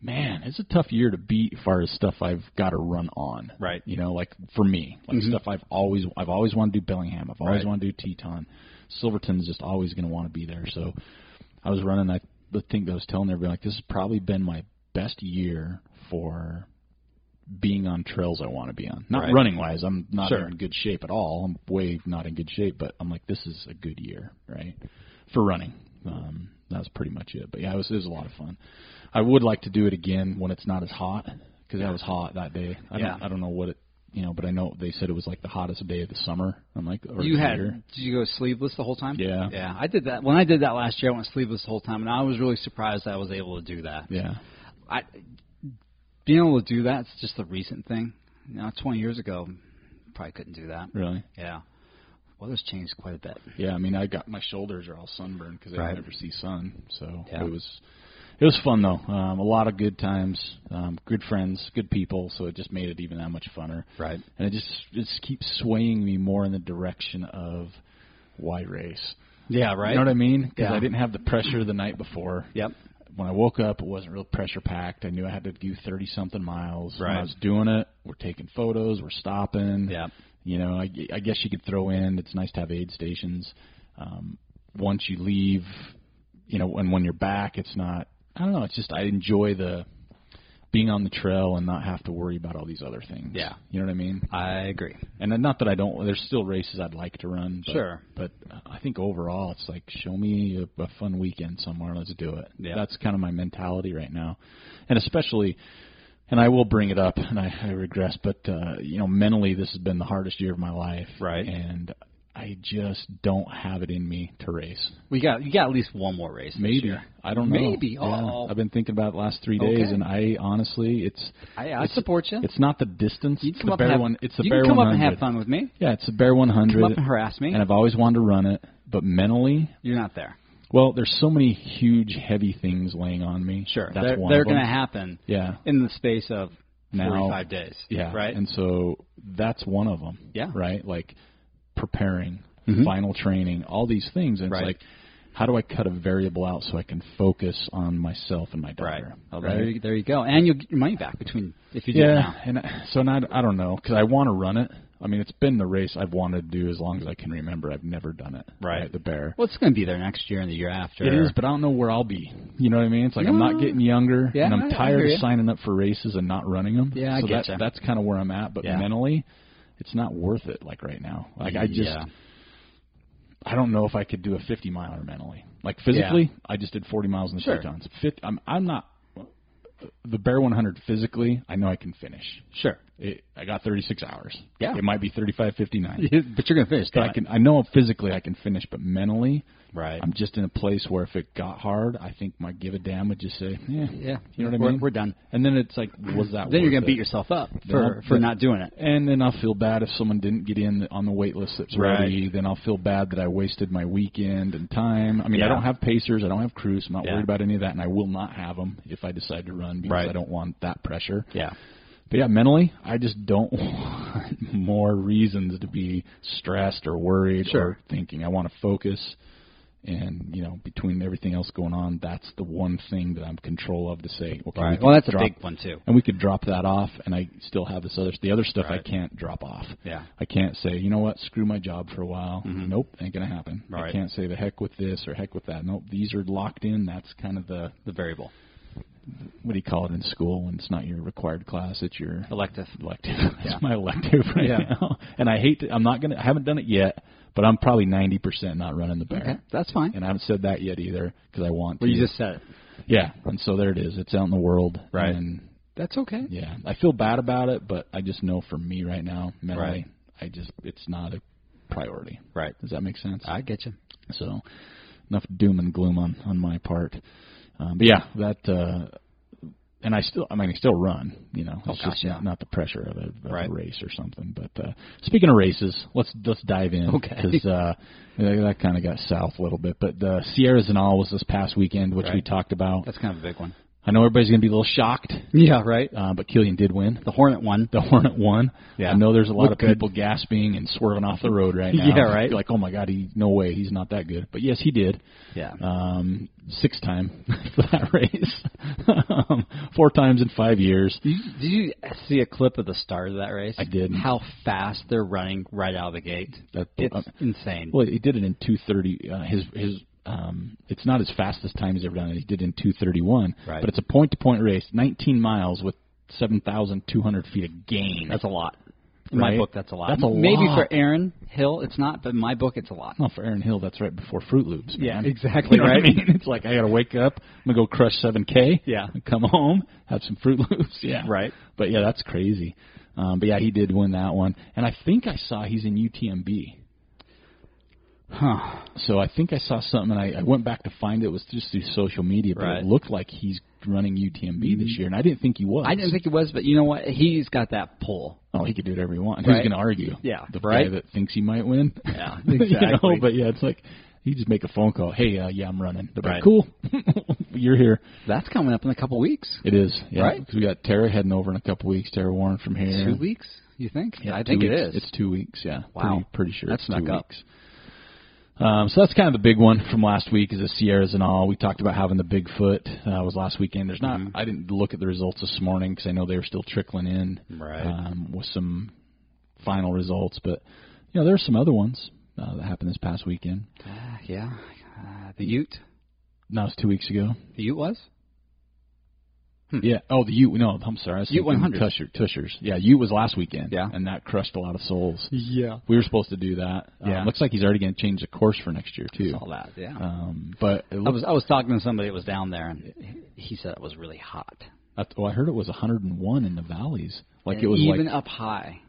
Speaker 1: Man, it's a tough year to beat as far as stuff I've got to run on.
Speaker 2: Right.
Speaker 1: You know, like for me, like
Speaker 2: Mhm.
Speaker 1: stuff I've always I've always wanted to do Bellingham. I've always
Speaker 2: Right.
Speaker 1: wanted to do Teton. Silverton's just always going to want to be there. So I was running. I the thing that I was telling everybody like this has probably been my best year for being on trails I want to be on. Not
Speaker 2: Right.
Speaker 1: running wise. I'm not
Speaker 2: Sure.
Speaker 1: in good shape at all. I'm way not in good shape, but I'm like this is a good year, right? For running. Um that was pretty much it. But yeah, it was, it was a lot of fun. I would like to do it again when it's not as hot because that was hot that day. I
Speaker 2: Yeah.
Speaker 1: don't I don't know what it you know, but I know they said it was like the hottest day of the summer. I'm like or
Speaker 2: you
Speaker 1: the
Speaker 2: had
Speaker 1: year.
Speaker 2: did you go sleeveless the whole time?
Speaker 1: Yeah.
Speaker 2: Yeah. I did that when I did that last year. I went sleeveless the whole time, and I was really surprised I was able to do that.
Speaker 1: yeah.
Speaker 2: I being able to do that's just the recent thing. You know, 20 years ago, probably couldn't do that.
Speaker 1: Really?
Speaker 2: Yeah. Weather's changed quite a bit.
Speaker 1: Yeah, I mean, I got my shoulders are all sunburned because I
Speaker 2: Right.
Speaker 1: never see sun. So
Speaker 2: Yeah.
Speaker 1: it was it was fun though. Um, a lot of good times, um, good friends, good people. So it just made it even that much funner.
Speaker 2: Right.
Speaker 1: And it just it just keeps swaying me more in the direction of why race.
Speaker 2: Yeah, right?
Speaker 1: You know what I mean? Because
Speaker 2: Yeah.
Speaker 1: I didn't have the pressure the night before.
Speaker 2: Yep.
Speaker 1: When I woke up, it wasn't real pressure packed. I knew I had to do thirty something miles. When
Speaker 2: Right.
Speaker 1: I was doing it, we're taking photos, we're stopping.
Speaker 2: Yep.
Speaker 1: You know, I, I guess you could throw in. It's nice to have aid stations. Um, once you leave, you know, and when you're back, it's not. I don't know. It's just I enjoy the being on the trail and not have to worry about all these other things.
Speaker 2: Yeah.
Speaker 1: you know what I mean.
Speaker 2: I agree.
Speaker 1: And then not that I don't. There's still races I'd like to run. But,
Speaker 2: Sure.
Speaker 1: But I think overall, it's like show me a, a fun weekend somewhere. Let's do it.
Speaker 2: Yeah.
Speaker 1: That's kind of my mentality right now, and especially. And I will bring it up, and I, I regress, but uh, you know, mentally, this has been the hardest year of my life.
Speaker 2: Right.
Speaker 1: And I just don't have it in me to race.
Speaker 2: We got you got at least one more race. this
Speaker 1: Maybe
Speaker 2: year.
Speaker 1: I don't know.
Speaker 2: Maybe.
Speaker 1: Yeah.
Speaker 2: Oh.
Speaker 1: I've been thinking about it the last three days,
Speaker 2: Okay.
Speaker 1: and I honestly, it's
Speaker 2: I, I
Speaker 1: It's-
Speaker 2: support you.
Speaker 1: it's not the distance.
Speaker 2: you
Speaker 1: it's
Speaker 2: can come
Speaker 1: the
Speaker 2: up and
Speaker 1: bare
Speaker 2: have,
Speaker 1: one. It's the
Speaker 2: you
Speaker 1: bare
Speaker 2: can come up
Speaker 1: 100.
Speaker 2: and have fun with me.
Speaker 1: Yeah, it's the bare 100,
Speaker 2: Come up and harass me.
Speaker 1: and I've always wanted to run it, but mentally,
Speaker 2: You're not there.
Speaker 1: well, there's so many huge, heavy things laying on me.
Speaker 2: Sure.
Speaker 1: that's
Speaker 2: they're
Speaker 1: one
Speaker 2: they're
Speaker 1: of them.
Speaker 2: gonna happen
Speaker 1: yeah,
Speaker 2: in the space of
Speaker 1: Now-
Speaker 2: 45 days.
Speaker 1: yeah,
Speaker 2: Right.
Speaker 1: And so that's one of them.
Speaker 2: Yeah.
Speaker 1: right. Like preparing,
Speaker 2: Mhm.
Speaker 1: final training, all these things, and
Speaker 2: Right.
Speaker 1: it's like. How do I cut a variable out so I can focus on myself and my
Speaker 2: right.
Speaker 1: daughter?
Speaker 2: Well, There, you, there you go. And you'll get your money back between if you do it
Speaker 1: Yeah,
Speaker 2: now.
Speaker 1: and I, so and I, I don't know because I want to run it. I mean, it's been the race I've wanted to do as long as I can remember. I've never done it.
Speaker 2: Right.
Speaker 1: the bear.
Speaker 2: Well, it's going to be there next year and the year after.
Speaker 1: It is, but I don't know where I'll be. You know what I mean? It's like I'm
Speaker 2: No.
Speaker 1: not getting younger,
Speaker 2: Yeah,
Speaker 1: and
Speaker 2: I- I
Speaker 1: I'm tired
Speaker 2: hear ya.
Speaker 1: of signing up for races and not running them.
Speaker 2: Yeah, I
Speaker 1: so
Speaker 2: get
Speaker 1: that's
Speaker 2: ya.
Speaker 1: that's kind of where I'm at. But
Speaker 2: Yeah.
Speaker 1: mentally, it's not worth it. Like right now, like I just
Speaker 2: Yeah.
Speaker 1: I don't know if I could do a 50 miler mentally. Like physically, I just did 40 miles in the
Speaker 2: Sure.
Speaker 1: Tetons. Fit, I'm I'm not the bare 100 physically. I know I can finish
Speaker 2: Sure.
Speaker 1: it, I got 36 hours.
Speaker 2: Yeah.
Speaker 1: It might be 35, 59.
Speaker 2: but you're going to finish.
Speaker 1: But
Speaker 2: damn
Speaker 1: I
Speaker 2: it.
Speaker 1: can. I know physically I can finish, but mentally,
Speaker 2: Right.
Speaker 1: I'm just in a place where if it got hard, I think my give a damn would just say, yeah,
Speaker 2: yeah.
Speaker 1: you know what I
Speaker 2: We're-
Speaker 1: mean.
Speaker 2: We're done.
Speaker 1: and then it's like, was that?
Speaker 2: Then
Speaker 1: worth
Speaker 2: you're going to
Speaker 1: it?
Speaker 2: beat yourself up
Speaker 1: Then
Speaker 2: for
Speaker 1: I'll-
Speaker 2: for
Speaker 1: then-
Speaker 2: not doing it.
Speaker 1: And then I'll feel bad if someone didn't get in on the wait list that's
Speaker 2: Right.
Speaker 1: ready. Then I'll feel bad that I wasted my weekend and time. I mean,
Speaker 2: Yeah.
Speaker 1: I don't have pacers. I don't have crews. I'm not
Speaker 2: Yeah.
Speaker 1: worried about any of that, and I will not have them if I decide to run because
Speaker 2: Right.
Speaker 1: I don't want that pressure.
Speaker 2: Yeah.
Speaker 1: But yeah, mentally, I just don't want more reasons to be stressed or worried
Speaker 2: Sure.
Speaker 1: or thinking. I want to focus. And you know, between everything else going on, that's the one thing that I'm control of to say. Okay, we
Speaker 2: Right.
Speaker 1: can
Speaker 2: Well, that's a
Speaker 1: drop,
Speaker 2: big one too.
Speaker 1: and we could drop that off, and I still have this other. The other stuff
Speaker 2: Right.
Speaker 1: I can't drop off.
Speaker 2: Yeah.
Speaker 1: I can't say, you know what, screw my job for a while.
Speaker 2: Mhm.
Speaker 1: Nope, ain't gonna happen.
Speaker 2: Right.
Speaker 1: I can't say the heck with this or heck with that. Nope, these are locked in. That's kind of the
Speaker 2: The variable
Speaker 1: what do you call it in school when it's not your required class? It's your
Speaker 2: elective.
Speaker 1: elective. That's
Speaker 2: Yeah.
Speaker 1: my elective right
Speaker 2: Yeah.
Speaker 1: now. And I hate to, I'm not going to, I haven't done it yet, but I'm probably 90% not running the bear.
Speaker 2: Okay. That's fine.
Speaker 1: And I haven't said that yet either because I want
Speaker 2: Well,
Speaker 1: to.
Speaker 2: you just said it.
Speaker 1: yeah. And so there it is. It's out in the world.
Speaker 2: Right.
Speaker 1: And
Speaker 2: That's okay.
Speaker 1: yeah, I feel bad about it, but I just know for me right now, mentally,
Speaker 2: Right.
Speaker 1: I just, it's not a priority.
Speaker 2: Right.
Speaker 1: Does that make sense?
Speaker 2: I get you.
Speaker 1: So enough doom and gloom on on my part. Um, but yeah, that uh, and I still I mean I still run, you know.
Speaker 2: Oh,
Speaker 1: It's
Speaker 2: gosh,
Speaker 1: just
Speaker 2: yeah.
Speaker 1: not, not the pressure of, a, of
Speaker 2: Right.
Speaker 1: a race or something. But uh, speaking of races, let's let's dive in
Speaker 2: Okay.
Speaker 1: because uh, yeah, that kind of got south a little bit. But the Sierras and all was this past weekend, which we
Speaker 2: Right.
Speaker 1: talked about.
Speaker 2: That's kind of a big one.
Speaker 1: I know everybody's gonna be a little shocked,
Speaker 2: Yeah. Right.
Speaker 1: uh, but Killian did win.
Speaker 2: The Hornet one.
Speaker 1: The Hornet won.
Speaker 2: Yeah.
Speaker 1: I know there's a lot
Speaker 2: Looked
Speaker 1: of
Speaker 2: good.
Speaker 1: people gasping and swerving off the road right now.
Speaker 2: Yeah, right.
Speaker 1: You're like, oh my God, he no way, he's not that good. But yes, he did
Speaker 2: Yeah.
Speaker 1: um, six time for that race, um, four times in five years.
Speaker 2: Did you, did you see a clip of the start of that race?
Speaker 1: I did.
Speaker 2: How fast they're running right out of the gate.
Speaker 1: That-
Speaker 2: It's
Speaker 1: uh,
Speaker 2: insane.
Speaker 1: well, he did it in two thirty. Uh, his his um, it's not his fastest time he's ever done it. He did it in two thirty one,
Speaker 2: Right.
Speaker 1: but it's a point to point race, nineteen miles with seven thousand two hundred feet of gain.
Speaker 2: That's a lot. In my
Speaker 1: Right?
Speaker 2: book, that's a lot.
Speaker 1: That's a
Speaker 2: Maybe
Speaker 1: lot.
Speaker 2: for Aaron Hill, it's not, but in my book, it's a lot.
Speaker 1: well, for Aaron Hill, that's right before Fruit Loops. Man.
Speaker 2: Yeah,
Speaker 1: You
Speaker 2: exactly,
Speaker 1: know what
Speaker 2: right?
Speaker 1: I mean, it's like I got to wake up. I'm gonna go crush seven k.
Speaker 2: Yeah.
Speaker 1: come home, have some Fruit Loops. Yeah,
Speaker 2: Right.
Speaker 1: But yeah, that's crazy. Um, but yeah, he did win that one, and I think I saw he's in UTMB.
Speaker 2: Huh.
Speaker 1: So I think I saw something, and I, I went back to find it. It was just through social media, but
Speaker 2: Right. Mm-hmm.
Speaker 1: it looked like he's running UTMB this year, and I didn't think he was.
Speaker 2: I didn't think it was, but you know what? He's got that pull.
Speaker 1: Oh, he could do whatever he wants.
Speaker 2: Right.
Speaker 1: Who's going to argue?
Speaker 2: Yeah,
Speaker 1: the
Speaker 2: right.
Speaker 1: guy that thinks he might win.
Speaker 2: Yeah,
Speaker 1: You know,
Speaker 2: exactly.
Speaker 1: but yeah, it's like you just make a phone call. Hey, uh, yeah, I'm running. They're
Speaker 2: Right.
Speaker 1: like, cool. You're here.
Speaker 2: That's coming up in a couple weeks.
Speaker 1: It is. Yeah.
Speaker 2: Right.
Speaker 1: 'Cause we got Tara heading over in a couple weeks. Tara Warren from here.
Speaker 2: Two weeks, you think?
Speaker 1: Yeah,
Speaker 2: I
Speaker 1: two
Speaker 2: think
Speaker 1: weeks.
Speaker 2: it is.
Speaker 1: It's two weeks. Yeah.
Speaker 2: Wow.
Speaker 1: Pretty, pretty sure
Speaker 2: That's
Speaker 1: it's two
Speaker 2: snuck up.
Speaker 1: weeks. Um, so that's kind of the big one from last week is the Sierras and all. We talked about having the Bigfoot. Uh, was last weekend. There's not.
Speaker 2: Mhm.
Speaker 1: I didn't look at the results this morning because I know they were still trickling in
Speaker 2: Right.
Speaker 1: um, with some final results. But you know
Speaker 2: Ah,
Speaker 1: there were some other ones uh, that happened this past weekend.
Speaker 2: Uh, yeah. Uh, the Ute.
Speaker 1: No, it's two weeks ago.
Speaker 2: The Ute was? Hmm.
Speaker 1: Yeah. Oh, the U. No, I'm sorry. I was
Speaker 2: Ute
Speaker 1: thinking
Speaker 2: 100.
Speaker 1: Tusher, Tushers. Yeah, U was last weekend.
Speaker 2: Yeah.
Speaker 1: And that crushed a lot of souls.
Speaker 2: Yeah.
Speaker 1: We were supposed to do that. Um,
Speaker 2: Yeah.
Speaker 1: looks like he's already going to change the course for next year too.
Speaker 2: Saw that, yeah.
Speaker 1: Um, but it
Speaker 2: I
Speaker 1: looks,
Speaker 2: was I was talking to somebody that was down there, and he said it was really hot.
Speaker 1: I, oh, I heard it was 101 in the valleys. Like
Speaker 2: And
Speaker 1: it was
Speaker 2: even
Speaker 1: like
Speaker 2: up high.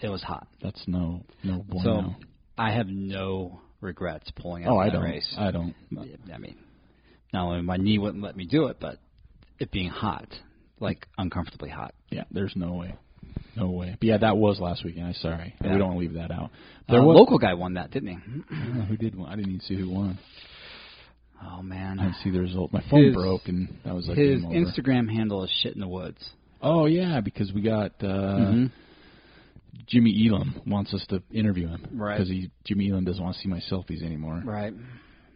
Speaker 2: It was hot.
Speaker 1: that's no no bueno.
Speaker 2: So I have no regrets pulling out
Speaker 1: oh,
Speaker 2: that
Speaker 1: I don't.
Speaker 2: race.
Speaker 1: I don't.
Speaker 2: Yeah, I mean, not only my knee wouldn't let me do it, but it being hot, like uncomfortably hot.
Speaker 1: Yeah, there's no way. No way. But yeah, that was last weekend. I'm sorry.
Speaker 2: Yeah.
Speaker 1: We don't want to leave that out.
Speaker 2: There
Speaker 1: There
Speaker 2: uh,
Speaker 1: was
Speaker 2: local guy won that, didn't he?
Speaker 1: I don't know who did one. I didn't even see who won.
Speaker 2: Oh
Speaker 1: I
Speaker 2: man,
Speaker 1: didn't see the result. My phone
Speaker 2: His-
Speaker 1: broke and that was like
Speaker 2: his
Speaker 1: game over.
Speaker 2: Instagram handle is shit in the woods.
Speaker 1: Oh yeah, because we got uh
Speaker 2: Mhm.
Speaker 1: Jimmy Elam wants us to interview him
Speaker 2: Right.
Speaker 1: because he Jimmy Elam doesn't want to see my selfies anymore.
Speaker 2: Right.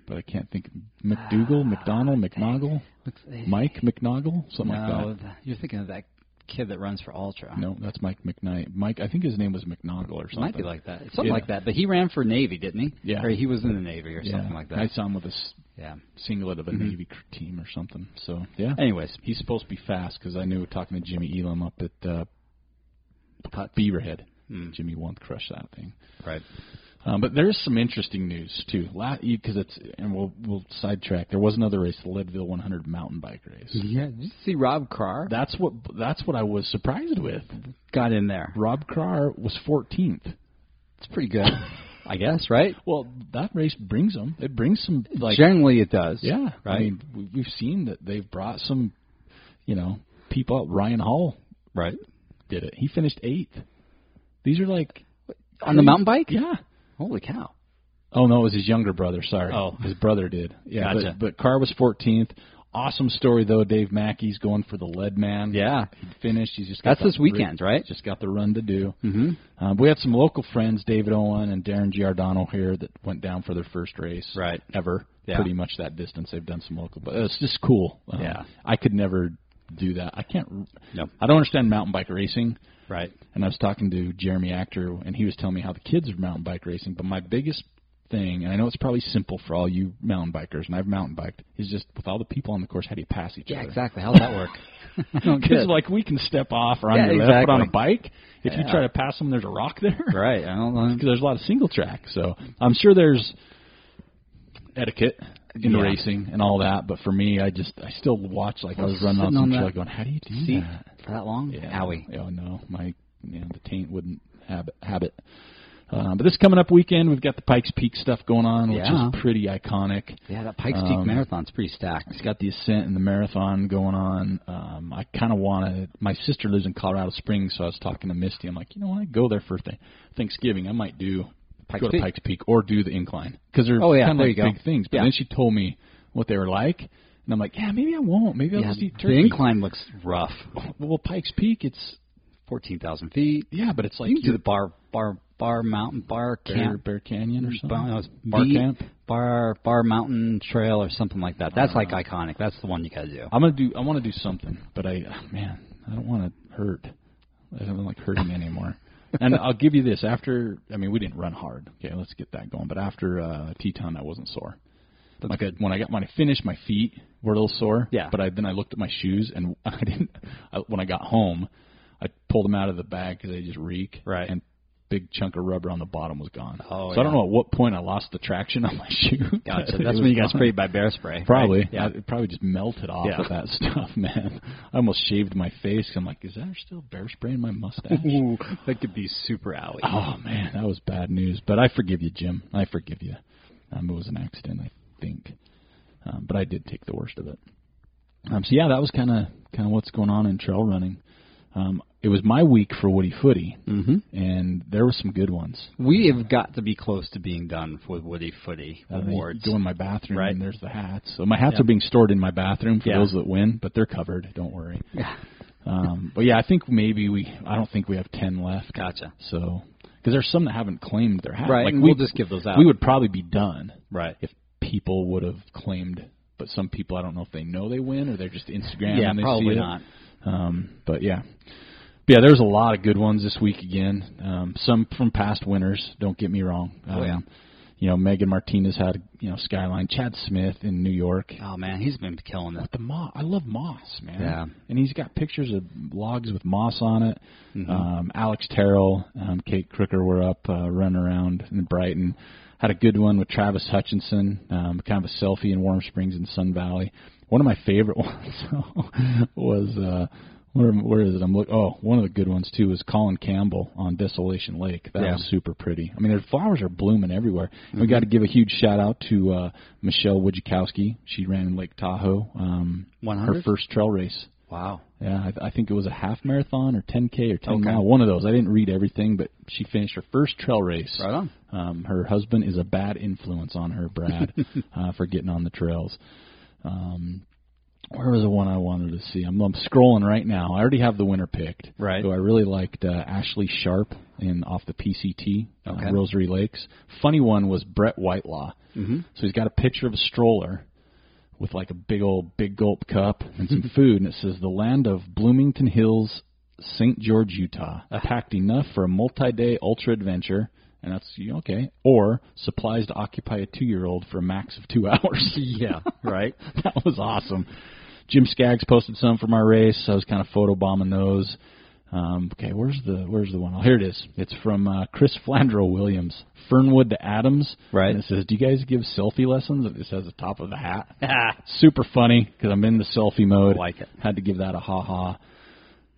Speaker 1: But I can't think McDougal, McDonald, McNoggle, Mike Oh McNoggle, something
Speaker 2: No,
Speaker 1: like
Speaker 2: th- you're thinking of that kid that runs for ultra.
Speaker 1: that. No, that's Mike McKnight. Mike, I think his name was McNoggle or something.
Speaker 2: Might be like that, something
Speaker 1: Yeah.
Speaker 2: like that. But he ran for Navy, didn't he?
Speaker 1: Yeah.
Speaker 2: Or he was in the Navy or
Speaker 1: yeah.
Speaker 2: something like that. Mm-hmm.
Speaker 1: I saw him with a s-
Speaker 2: yeah.
Speaker 1: singlet of a Navy cr- team or something. So yeah,
Speaker 2: Anyways,
Speaker 1: he's supposed to be fast because I knew talking to Jimmy Elam up at uh, Beaverhead.
Speaker 2: Mm.
Speaker 1: Jimmy won't crush that thing.
Speaker 2: right.
Speaker 1: Um, but there's some interesting news too, because it's and we'll we'll sidetrack. There was another race, the Leadville 100 mountain bike race.
Speaker 2: Yeah. Did you see Rob Carr
Speaker 1: That's what that's what I was surprised with.
Speaker 2: got in there?
Speaker 1: Rob Carr was 14th.
Speaker 2: It's pretty good, I guess. Right.
Speaker 1: Well, that race brings them. It brings some like
Speaker 2: Generally, it does.
Speaker 1: yeah.
Speaker 2: Right.
Speaker 1: I mean, we- we've seen that they've brought some, you know, people. up. Ryan Hall
Speaker 2: right.
Speaker 1: did it. He finished eighth. These are like
Speaker 2: On the mountain bike?
Speaker 1: yeah.
Speaker 2: Holy cow.
Speaker 1: Oh no, it was his younger brother. Sorry.
Speaker 2: Oh.
Speaker 1: his brother did. Yeah,
Speaker 2: Gotcha.
Speaker 1: but, but Carr was 14th. Awesome story though. Dave Mackey's going for the lead man.
Speaker 2: Yeah.
Speaker 1: he finished. He's just got
Speaker 2: That's
Speaker 1: that
Speaker 2: this weekend, right?
Speaker 1: Run, just got the run to do.
Speaker 2: Mm-hmm.
Speaker 1: Um, we had some local friends, David Owen and Darren Giordano here, that went down for their first race
Speaker 2: Right.
Speaker 1: ever.
Speaker 2: Yeah.
Speaker 1: Pretty much that distance. They've done some local, but it's just cool. Um,
Speaker 2: Yeah.
Speaker 1: I could never do that. I can't.
Speaker 2: No.
Speaker 1: I don't understand mountain bike racing.
Speaker 2: Right.
Speaker 1: And I was talking to Jeremy Actor, and he was telling me how the kids are mountain bike racing. But my biggest thing, and I know it's probably simple for all you mountain bikers, and I've mountain biked, is just with all the people on the course, how do you pass each
Speaker 2: Yeah,
Speaker 1: other?
Speaker 2: exactly. How's that work? I don't get
Speaker 1: Because
Speaker 2: it.
Speaker 1: like we can step off or on
Speaker 2: Yeah,
Speaker 1: your left, but on a
Speaker 2: exactly.
Speaker 1: bike, if you
Speaker 2: Yeah.
Speaker 1: try to pass them, there's a rock there.
Speaker 2: right. I don't know.
Speaker 1: Because there's a lot of single track, so I'm sure there's etiquette in
Speaker 2: Yeah.
Speaker 1: racing and all that. But for me, I just I still watch like I was running on
Speaker 2: Sitting on
Speaker 1: some
Speaker 2: that
Speaker 1: trail, going, how do you do
Speaker 2: Seat
Speaker 1: that?
Speaker 2: for that long?
Speaker 1: Yeah.
Speaker 2: Owie.
Speaker 1: Oh no, my you know, the taint wouldn't have it. Have it. Um, but this coming up weekend, we've got the Pikes Peak stuff going on, which
Speaker 2: Yeah.
Speaker 1: is pretty iconic.
Speaker 2: Yeah, that Pikes Peak
Speaker 1: Um,
Speaker 2: Marathon's pretty stacked.
Speaker 1: It's got the ascent and the marathon going on. Um, I kind of want to. My sister lives in Colorado Springs, so I was talking to Misty. I'm like, you know what? Go there for th- Thanksgiving. I might do
Speaker 2: Pikes
Speaker 1: go to
Speaker 2: Peak.
Speaker 1: Pikes Peak or do the incline because they're
Speaker 2: Oh, yeah,
Speaker 1: kind
Speaker 2: there
Speaker 1: of
Speaker 2: you
Speaker 1: like
Speaker 2: go.
Speaker 1: big things. But
Speaker 2: Yeah.
Speaker 1: then she told me what they were like, and I'm like, yeah, maybe I won't. Maybe I'll
Speaker 2: Yeah,
Speaker 1: just eat
Speaker 2: the
Speaker 1: turkey.
Speaker 2: incline looks rough.
Speaker 1: Well, Pikes Peak, it's
Speaker 2: Fourteen thousand feet.
Speaker 1: yeah, but it's like
Speaker 2: you can do
Speaker 1: you're-
Speaker 2: the bar, bar, bar mountain, bar
Speaker 1: Bear,
Speaker 2: camp,
Speaker 1: Bear Canyon or something.
Speaker 2: bar, no, it's
Speaker 1: Bar
Speaker 2: B-
Speaker 1: camp.
Speaker 2: bar, bar mountain trail or something like that. That's like iconic. That's the one you gotta do.
Speaker 1: I'm gonna do. I want to do something, but I, man, I don't want to hurt. I don't like hurting anymore. and I'll give you this. After, I mean, we didn't run hard. Okay, let's get that going. But after uh, Teton, I wasn't sore.
Speaker 2: That's
Speaker 1: like
Speaker 2: good.
Speaker 1: when I got when I finished, my feet were a little sore.
Speaker 2: Yeah.
Speaker 1: But I then I looked at my shoes, and I didn't. I, when I got home, I pulled them out of the bag because they just reek.
Speaker 2: Right.
Speaker 1: And big chunk of rubber on the bottom was gone.
Speaker 2: Oh,
Speaker 1: so
Speaker 2: yeah.
Speaker 1: I don't know at what point I lost the traction on my shoe.
Speaker 2: Gotcha.
Speaker 1: It
Speaker 2: That's
Speaker 1: was
Speaker 2: when you
Speaker 1: gone.
Speaker 2: got sprayed by bear spray.
Speaker 1: Probably.
Speaker 2: Right? Yeah.
Speaker 1: It probably just melted off
Speaker 2: Yeah.
Speaker 1: of that stuff, man. I almost shaved my face. I'm like, is there still bear spray in my mustache?
Speaker 2: Ooh, that could be super alley.
Speaker 1: oh man, that was bad news. But I forgive you, Jim. I forgive you. Um, it was an accident, I think. Um, but I did take the worst of it. Um, so yeah, that was kind of kind of what's going on in trail running. Um, it was my week for Woody Footy,
Speaker 2: Mm-hmm.
Speaker 1: and there were some good ones.
Speaker 2: We have got to be close to being done with Woody Footy
Speaker 1: Uh,
Speaker 2: awards.
Speaker 1: Go in my bathroom,
Speaker 2: Right.
Speaker 1: and there's the hats. So my hats
Speaker 2: Yeah.
Speaker 1: are being stored in my bathroom for
Speaker 2: Yeah.
Speaker 1: those that win, but they're covered. Don't worry.
Speaker 2: Yeah.
Speaker 1: Um, but yeah, I think maybe we. I don't think we have ten left.
Speaker 2: Gotcha.
Speaker 1: So because there's some that haven't claimed their hat.
Speaker 2: Right,
Speaker 1: Like
Speaker 2: and
Speaker 1: we,
Speaker 2: we'll just give those out.
Speaker 1: We would probably be done
Speaker 2: Right.
Speaker 1: if people would have claimed. But some people, I don't know if they know they win or they're just Instagram.
Speaker 2: Yeah,
Speaker 1: and they
Speaker 2: probably
Speaker 1: see it.
Speaker 2: not.
Speaker 1: Um, but yeah, but yeah, there's a lot of good ones this week again. Um, some from past winners. Don't get me wrong. Um,
Speaker 2: Oh, yeah.
Speaker 1: You know, Megan Martinez had you know Skyline. Chad Smith in New York.
Speaker 2: Oh man, he's been killing it.
Speaker 1: But the moss, I love moss, man.
Speaker 2: Yeah.
Speaker 1: And he's got pictures of logs with moss on it.
Speaker 2: Mhm.
Speaker 1: Um, Alex Terrell, um, Kate Crooker were up uh, running around in Brighton. Had a good one with Travis Hutchinson, um, kind of a selfie in Warm Springs and Sun Valley. One of my favorite ones was uh, where, where is it? I'm look. Oh, one of the good ones too was Colin Campbell on Desolation Lake. That
Speaker 2: Yeah.
Speaker 1: was super pretty. I mean, their flowers are blooming everywhere. And we got to give a huge shout out to uh, Michelle Wojciechowski. She ran in Lake Tahoe. Um,
Speaker 2: 100?
Speaker 1: Her first trail race.
Speaker 2: Wow.
Speaker 1: Yeah, I, I think it was a half marathon or 10k or 10
Speaker 2: Okay.
Speaker 1: mile. One of those. I didn't read everything, but she finished her first trail race.
Speaker 2: Right on.
Speaker 1: Um, her husband is a bad influence on her, Brad, uh, for getting on the trails. Um, where was the one I wanted to see? I'm, I'm scrolling right now. I already have the winner picked.
Speaker 2: Right.
Speaker 1: Who I really liked uh, Ashley Sharp in off the PCT, uh,
Speaker 2: Okay.
Speaker 1: Rosary Lakes. Funny one was Brett Whitelaw.
Speaker 2: Mhm.
Speaker 1: So he's got a picture of a stroller with like a big old big gulp cup and some food, and it says the land of Bloomington Hills, St. George, Utah,
Speaker 2: Ah.
Speaker 1: packed enough for a multi-day ultra adventure. And that's you okay, or supplies to occupy a two-year-old for a max of two hours.
Speaker 2: Yeah. Right.
Speaker 1: that was awesome. Jim Skaggs posted some from our race. I was kind of photobombing those. Um, okay, where's the where's the one? Oh, here it is. It's from uh, Chris Flandreau Williams, Fernwood to Adams.
Speaker 2: Right.
Speaker 1: And it says, "Do you guys give selfie lessons?" It says the top of the hat. Super funny because I'm in the selfie mode.
Speaker 2: Like it.
Speaker 1: Had to give that a ha ha.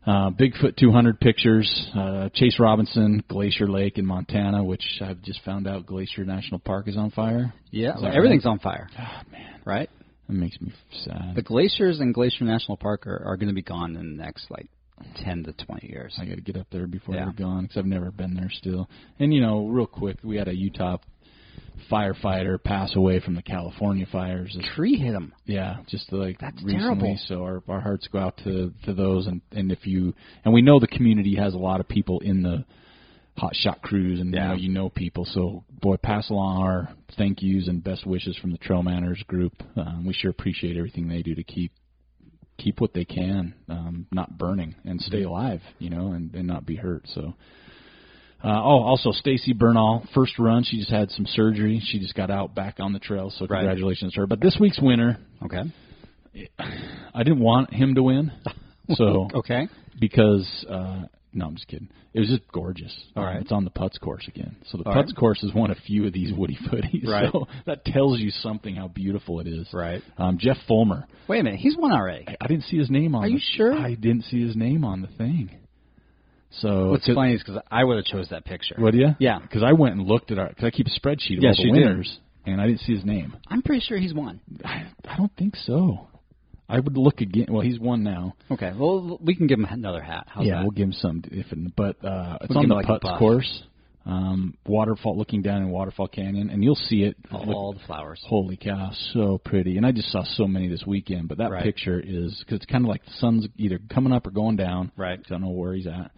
Speaker 1: Uh, Bigfoot 200 pictures, uh, Chase Robinson, Glacier Lake in Montana, which I've just found out Glacier National Park is on fire.
Speaker 2: yeah.
Speaker 1: Is that
Speaker 2: everything's on fire.
Speaker 1: Ah, man,
Speaker 2: Right.
Speaker 1: that makes me sad.
Speaker 2: The glaciers in Glacier National Park are, are going to be gone in the next like ten to twenty years.
Speaker 1: I got to get up there before
Speaker 2: Yeah.
Speaker 1: they're gone because I've never been there still. And you know, real quick, we had a Utah firefighter pass away from the California fires. It's-
Speaker 2: Tree hit him.
Speaker 1: Yeah, just like
Speaker 2: That's
Speaker 1: recently.
Speaker 2: terrible.
Speaker 1: So our our hearts go out to to those and and if you and we know the community has a lot of people in the hot shot crews and
Speaker 2: Yeah.
Speaker 1: you know you know people. So boy, pass along our thank yous and best wishes from the Trail Manners group. Um, we sure appreciate everything they do to keep keep what they can, um, not burning, and stay alive, you know, and, and not be hurt. So, uh, oh, also Stacy Bernal, first run, she just had some surgery. She just got out back on the trail, so
Speaker 2: Right.
Speaker 1: congratulations to her. But this week's winner,
Speaker 2: Okay.
Speaker 1: I didn't want him to win, so
Speaker 2: Okay.
Speaker 1: because uh, no, I'm just kidding. It was just gorgeous.
Speaker 2: All right.
Speaker 1: it's on the putts course again. So the
Speaker 2: All
Speaker 1: putts
Speaker 2: right.
Speaker 1: course has won a few of these woody footies.
Speaker 2: Right.
Speaker 1: So that tells you something how beautiful it is.
Speaker 2: Right.
Speaker 1: Um, Jeff Fulmer.
Speaker 2: Wait a minute. He's won already.
Speaker 1: I, I didn't see his name on.
Speaker 2: Are
Speaker 1: the-
Speaker 2: you sure?
Speaker 1: I didn't see his name on the thing. So
Speaker 2: What's funny is because I would have chose that picture.
Speaker 1: Would you?
Speaker 2: Yeah.
Speaker 1: Because I went and looked at our. Because I keep a spreadsheet of
Speaker 2: Yes,
Speaker 1: all the
Speaker 2: you do.
Speaker 1: winners, and I didn't see his name.
Speaker 2: I'm pretty sure he's won.
Speaker 1: I, I don't think so. I would look again. Well, he's one now.
Speaker 2: Okay. Well, we can give him another hat. How's
Speaker 1: yeah,
Speaker 2: that?
Speaker 1: we'll give him some. If but uh, it's on
Speaker 2: We'll give
Speaker 1: the
Speaker 2: him, like, a
Speaker 1: putts
Speaker 2: buff.
Speaker 1: course, um, waterfall, looking down in Waterfall Canyon, and you'll see it.
Speaker 2: all, all the flowers.
Speaker 1: Holy cow, so pretty! And I just saw so many this weekend. But that
Speaker 2: Right.
Speaker 1: picture is because it's kind of like the sun's either coming up or going down.
Speaker 2: Right.
Speaker 1: I don't know where he's at.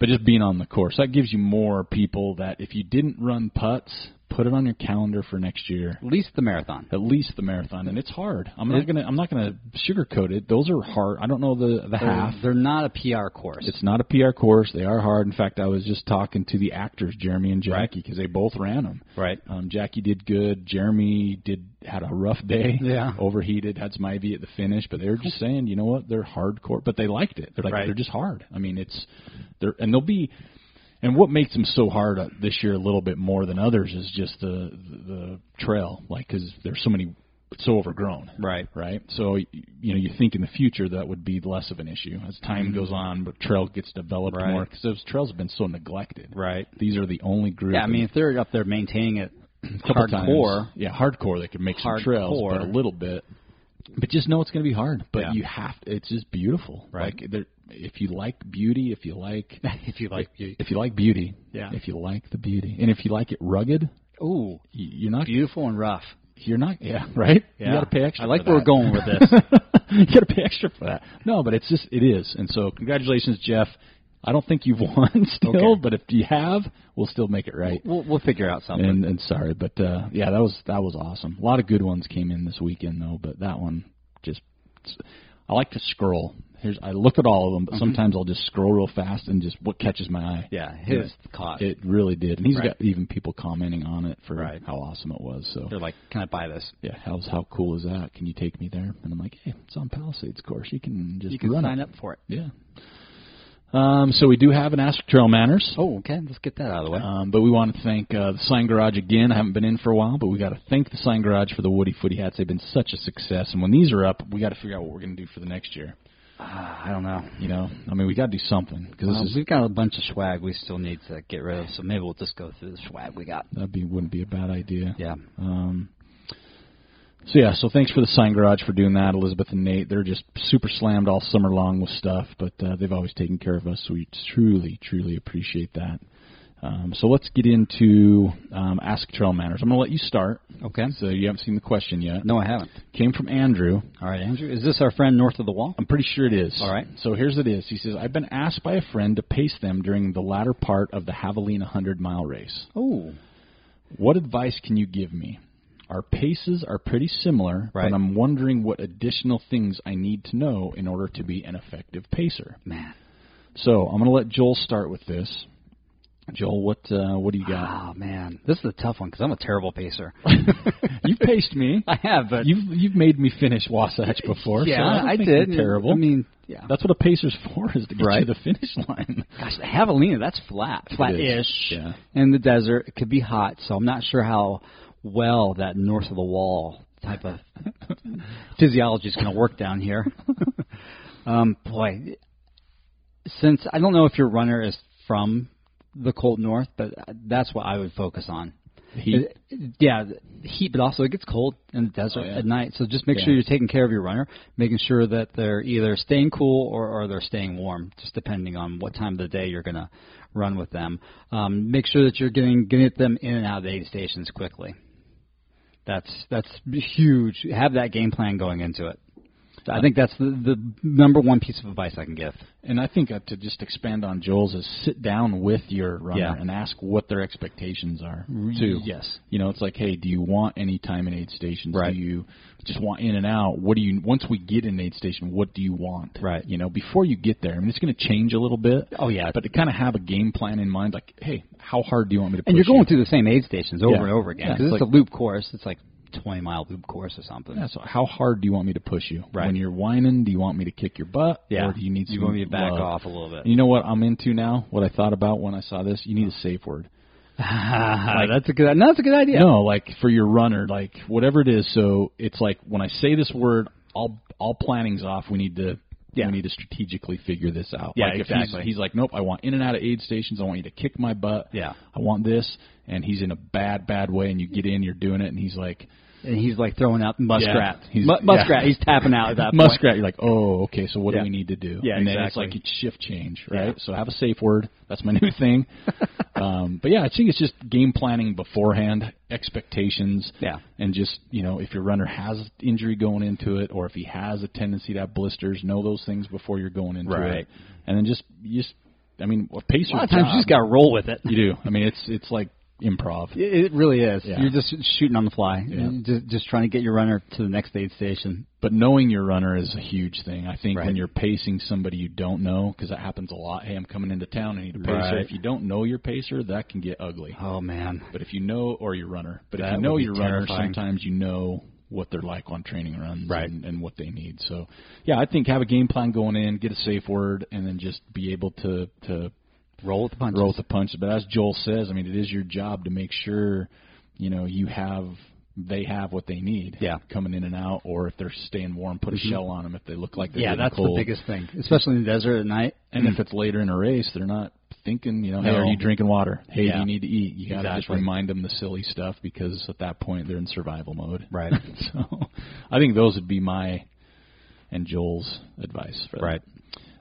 Speaker 1: But just being on the course that gives you more people that if you didn't run putts, put it on your calendar for next year.
Speaker 2: At least the marathon.
Speaker 1: At least the marathon, and it's hard. I'm not gonna I'm not gonna sugarcoat it. Those are hard. I don't know the the half.
Speaker 2: They're, they're not a PR course.
Speaker 1: It's not a PR course. They are hard. In fact, I was just talking to the actors, Jeremy and
Speaker 2: Right.
Speaker 1: Jackie, because they both ran them.
Speaker 2: right.
Speaker 1: Um, Jackie did good. Jeremy did had a rough day.
Speaker 2: Yeah.
Speaker 1: Overheated. Had some IV at the finish, but they were just saying, you know what? They're hardcore, but they liked it. They're like
Speaker 2: Right.
Speaker 1: they're just hard. I mean, it's they're and they'll be. And what makes them so hard uh, this year a little bit more than others is just the the, the trail, like because there's so many it's so overgrown
Speaker 2: Right.
Speaker 1: right? So y- you know, you think in the future that would be less of an issue as time goes on, but trail gets developed
Speaker 2: Mm-hmm. Right.
Speaker 1: more because those trails have been so neglected.
Speaker 2: Right.
Speaker 1: These are the only group.
Speaker 2: Yeah. I mean,
Speaker 1: and
Speaker 2: if they're up there maintaining it
Speaker 1: a couple times-
Speaker 2: hardcore,
Speaker 1: yeah, hardcore. They could make some trails, but a
Speaker 2: Hardcore.
Speaker 1: little bit. But just know it's going to be hard. But
Speaker 2: Yeah.
Speaker 1: you have to. It's just beautiful.
Speaker 2: Right.
Speaker 1: Like there, if you like beauty, if you like,
Speaker 2: if you like, you,
Speaker 1: if you like beauty,
Speaker 2: Yeah.
Speaker 1: If you like the beauty, and if you like it rugged,
Speaker 2: ooh,
Speaker 1: y- you're not.
Speaker 2: beautiful and rough.
Speaker 1: You're not. Yeah. Right.
Speaker 2: Yeah.
Speaker 1: You got to pay extra.
Speaker 2: I like
Speaker 1: for
Speaker 2: where
Speaker 1: that.
Speaker 2: we're going with this.
Speaker 1: you got to pay extra for that. No, but it's just it is, and so congratulations, Jeff. I don't think you've won still,
Speaker 2: Okay.
Speaker 1: but if you have, we'll still make it right.
Speaker 2: we'll, we'll figure out something.
Speaker 1: And and sorry, but uh, yeah, that was that was awesome. A lot of good ones came in this weekend though, but that one just I like to scroll Here's I look at all of them, but sometimes I'll just scroll real fast and just what catches my eye.
Speaker 2: Mm-hmm. Yeah, his caught.
Speaker 1: It really did, and he's
Speaker 2: Right.
Speaker 1: got even people commenting on it for
Speaker 2: Right.
Speaker 1: how awesome it was. So
Speaker 2: They're like, can I buy this?
Speaker 1: yeah, how's how cool is that? Can you take me there? And I'm like, hey, it's on Palisades course. You can just
Speaker 2: You can
Speaker 1: run
Speaker 2: sign
Speaker 1: it.
Speaker 2: up for it.
Speaker 1: Yeah. Um, so we do have an Ask Trail Manners.
Speaker 2: Oh, okay. Let's get that out of the way.
Speaker 1: Um, but we want to thank uh, the Sign Garage again. I haven't been in for a while, but we got to thank the Sign Garage for the Woody Footy hats. They've been such a success, and when these are up, we got to figure out what we're going to do for the next year.
Speaker 2: Ah, I don't know.
Speaker 1: You know, I mean, we got to do something because
Speaker 2: Well,
Speaker 1: this is
Speaker 2: we've got a bunch of swag we still need to get rid of, so maybe we'll just go through the swag we got.
Speaker 1: that be wouldn't be a bad idea.
Speaker 2: Yeah.
Speaker 1: Um, so yeah, so thanks for the Sign Garage for doing that, Elizabeth and Nate. They're just super slammed all summer long with stuff, but uh, they've always taken care of us, so we truly, truly appreciate that. Um, so let's get into um, Ask Trail Manners. I'm going to let you start.
Speaker 2: Okay.
Speaker 1: So you haven't seen the question yet.
Speaker 2: No, I haven't.
Speaker 1: Came from Andrew.
Speaker 2: All right, Andrew. Is this our friend north of the wall?
Speaker 1: I'm pretty sure it is.
Speaker 2: All right.
Speaker 1: So here's it is. He says, I've been asked by a friend to pace them during the latter part of the Javelina 100 mile race.
Speaker 2: Oh.
Speaker 1: What advice can you give me? Our paces are pretty similar,
Speaker 2: Right.
Speaker 1: but I'm wondering what additional things I need to know in order to be an effective pacer.
Speaker 2: Man.
Speaker 1: So I'm going to let Joel start with this. Joel, what uh, what do you got?
Speaker 2: Oh, man. This is a tough one because I'm a terrible pacer.
Speaker 1: you paced me.
Speaker 2: I have, but.
Speaker 1: You've you've made me finish Wasatch before. so
Speaker 2: yeah,
Speaker 1: I, don't
Speaker 2: I
Speaker 1: think
Speaker 2: did.
Speaker 1: you're Terrible.
Speaker 2: I mean, yeah.
Speaker 1: That's what a pacer's for, is to get
Speaker 2: Right.
Speaker 1: to the finish line.
Speaker 2: Gosh, the javelina, that's flat, flat-ish.
Speaker 1: Yeah.
Speaker 2: In the desert, it could be hot, so I'm not sure how well that north of the wall type of physiology is going to work down here. um, boy, since I don't know if your runner is from the cold north, but that's what I would focus on.
Speaker 1: Heat.
Speaker 2: It- yeah, the heat, but also it gets cold in the desert
Speaker 1: Oh, yeah.
Speaker 2: at night. So just make
Speaker 1: Yeah.
Speaker 2: sure you're taking care of your runner, making sure that they're either staying cool or, or they're staying warm, just depending on what time of the day you're going to run with them. Um, make sure that you're getting getting them in and out of the aid stations quickly. That's that's huge. Have that game plan going into it. I think that's the, the number one piece of advice I can give.
Speaker 1: And I think uh, to just expand on Joel's is sit down with your runner
Speaker 2: Yeah. Mm,
Speaker 1: and ask what their expectations are. Too.
Speaker 2: yes.
Speaker 1: You know, it's like, hey, do you want any time in aid stations?
Speaker 2: Right.
Speaker 1: Do you just want in and out? What do you once we get in an aid station, what do you want?
Speaker 2: Right.
Speaker 1: You know, before you get there, I mean, it's going to change a little bit.
Speaker 2: Oh, yeah.
Speaker 1: But to kind of have a game plan in mind, like, hey, how hard do you want me to?
Speaker 2: And
Speaker 1: push
Speaker 2: you're going
Speaker 1: you?
Speaker 2: through the same aid stations over
Speaker 1: Yeah.
Speaker 2: and over again
Speaker 1: Yeah,
Speaker 2: because
Speaker 1: it's
Speaker 2: it's,
Speaker 1: like-
Speaker 2: a loop course. It's like 20 mile loop course or something.
Speaker 1: Yeah, so how hard do you want me to push you?
Speaker 2: Right.
Speaker 1: When you're whining, do you want me to kick your butt?
Speaker 2: Yeah.
Speaker 1: Or do you need some
Speaker 2: You want me to back
Speaker 1: love?
Speaker 2: off a little bit.
Speaker 1: And you know what I'm into now? What I thought about when I saw this? You need a safe word.
Speaker 2: Ah, that's a good. No, that's a good idea.
Speaker 1: No, like for your runner, like whatever it is. So it's like when I say this word, all all planning's off. We need to
Speaker 2: Yeah.
Speaker 1: we need to strategically figure this out.
Speaker 2: Yeah,
Speaker 1: like if
Speaker 2: exactly.
Speaker 1: He's, he's like, nope. I want in and out of aid stations. I want you to kick my butt.
Speaker 2: Yeah.
Speaker 1: I want this, and he's in a bad bad way. And you get in, you're doing it, and he's like
Speaker 2: And he's like throwing out muskrat.
Speaker 1: Yeah, he's-
Speaker 2: Mu- muskrat.
Speaker 1: yeah.
Speaker 2: He's tapping out at that point.
Speaker 1: muskrat. You're like, oh, okay. So what
Speaker 2: Yeah.
Speaker 1: do we need to do?
Speaker 2: Yeah,
Speaker 1: and
Speaker 2: exactly.
Speaker 1: then it's like you shift change, right?
Speaker 2: Yeah.
Speaker 1: So have a safe word. That's my new thing. um, but yeah, I think it's just game planning beforehand, expectations.
Speaker 2: Yeah.
Speaker 1: and just you know if your runner has injury going into it or if he has a tendency to have blisters know those things before you're going into
Speaker 2: Right.
Speaker 1: it and then just you just i mean a pacer
Speaker 2: A lot of times
Speaker 1: job,
Speaker 2: you just got to roll with it.
Speaker 1: you do i mean it's it's like improv
Speaker 2: It it really is.
Speaker 1: Yeah.
Speaker 2: You're just shooting on the fly.
Speaker 1: Yeah.
Speaker 2: Just, just trying to get your runner to the next aid station.
Speaker 1: but knowing your runner is a huge thing i think
Speaker 2: Right.
Speaker 1: when you're pacing somebody you don't know because that happens a lot hey i'm coming into town i need a pacer
Speaker 2: Right.
Speaker 1: if you don't know your pacer that can get ugly
Speaker 2: Oh man.
Speaker 1: but if you know or your runner but if
Speaker 2: That
Speaker 1: you know
Speaker 2: would be
Speaker 1: your runner
Speaker 2: terrifying.
Speaker 1: sometimes you know what they're like on training runs
Speaker 2: Right.
Speaker 1: and, and what they need so yeah i think have a game plan going in get a safe word and then just be able to to
Speaker 2: Roll with the punches.
Speaker 1: roll with the punches but as joel says i mean it is your job to make sure you know you have they have what they need
Speaker 2: Yeah. Mm-hmm.
Speaker 1: coming in and out or if they're staying warm put a shell on them if they look like they're
Speaker 2: yeah,
Speaker 1: getting
Speaker 2: that's
Speaker 1: cold
Speaker 2: the biggest thing, especially in the desert at night. Mm.
Speaker 1: and if it's later in a race, they're not thinking, you know, hey,
Speaker 2: No.
Speaker 1: are you drinking water? Hey,
Speaker 2: Yeah.
Speaker 1: do you need to eat? You got to just
Speaker 2: Exactly.
Speaker 1: remind them the silly stuff because at that point they're in survival mode.
Speaker 2: Right.
Speaker 1: so, I think those would be my and Joel's advice for that.
Speaker 2: Right.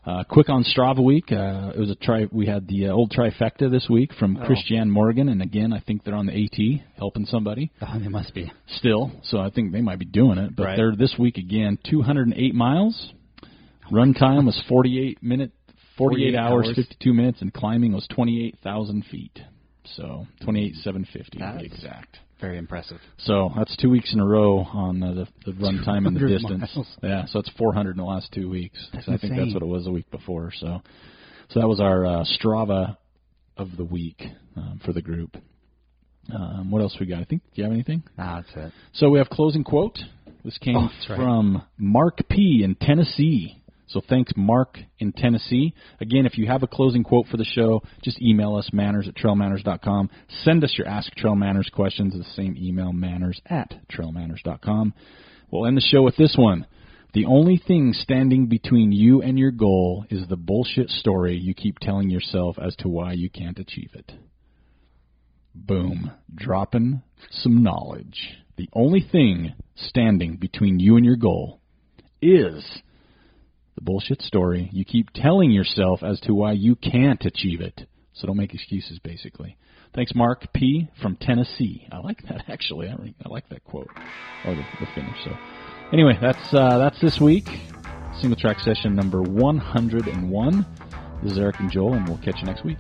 Speaker 1: Uh, quick on Strava week. Uh, it was a try. We had the uh, old trifecta this week from
Speaker 2: Oh.
Speaker 1: Christiane Morgan, and again, I think they're on the AT helping somebody
Speaker 2: Oh, they must be.
Speaker 1: still, so I think they might be doing it. But
Speaker 2: Right.
Speaker 1: they're this week again, 208 miles. Run time was 48 minute, 48,
Speaker 2: 48
Speaker 1: hours,
Speaker 2: hours.
Speaker 1: 52 minutes, and climbing was 28,000 feet. So 28,750 to
Speaker 2: That's-
Speaker 1: be exact.
Speaker 2: very impressive.
Speaker 1: So that's two weeks in a row on the the, the run time and the
Speaker 2: 200
Speaker 1: distance.
Speaker 2: miles.
Speaker 1: Yeah, so it's 400 in the last two weeks.
Speaker 2: That's
Speaker 1: So I think that's
Speaker 2: insane.
Speaker 1: what it was the week before. So, so that was our uh, Strava of the week um, for the group. Um, what else we got? I think. Do you have anything?
Speaker 2: Ah, that's it.
Speaker 1: So we have closing quote. This came
Speaker 2: Oh, that's right.
Speaker 1: from Mark P in Tennessee. So thanks, Mark in Tennessee. Again, if you have a closing quote for the show, just email us manners at trailmanners.com. Send us your Ask Trail Manners questions. The same email manners at trailmanners.com. We'll end the show with this one. The only thing standing between you and your goal is the bullshit story you keep telling yourself as to why you can't achieve it. Boom. Dropping some knowledge. The only thing standing between you and your goal is the bullshit story you keep telling yourself as to why you can't achieve it. So don't make excuses, basically. Thanks, Mark P. from Tennessee. I like that, actually. I, re- I like that quote. Or the, the finish, so. Anyway, that's, uh, that's this week. Single track session number 101. This is Eric and Joel, and we'll catch you next week.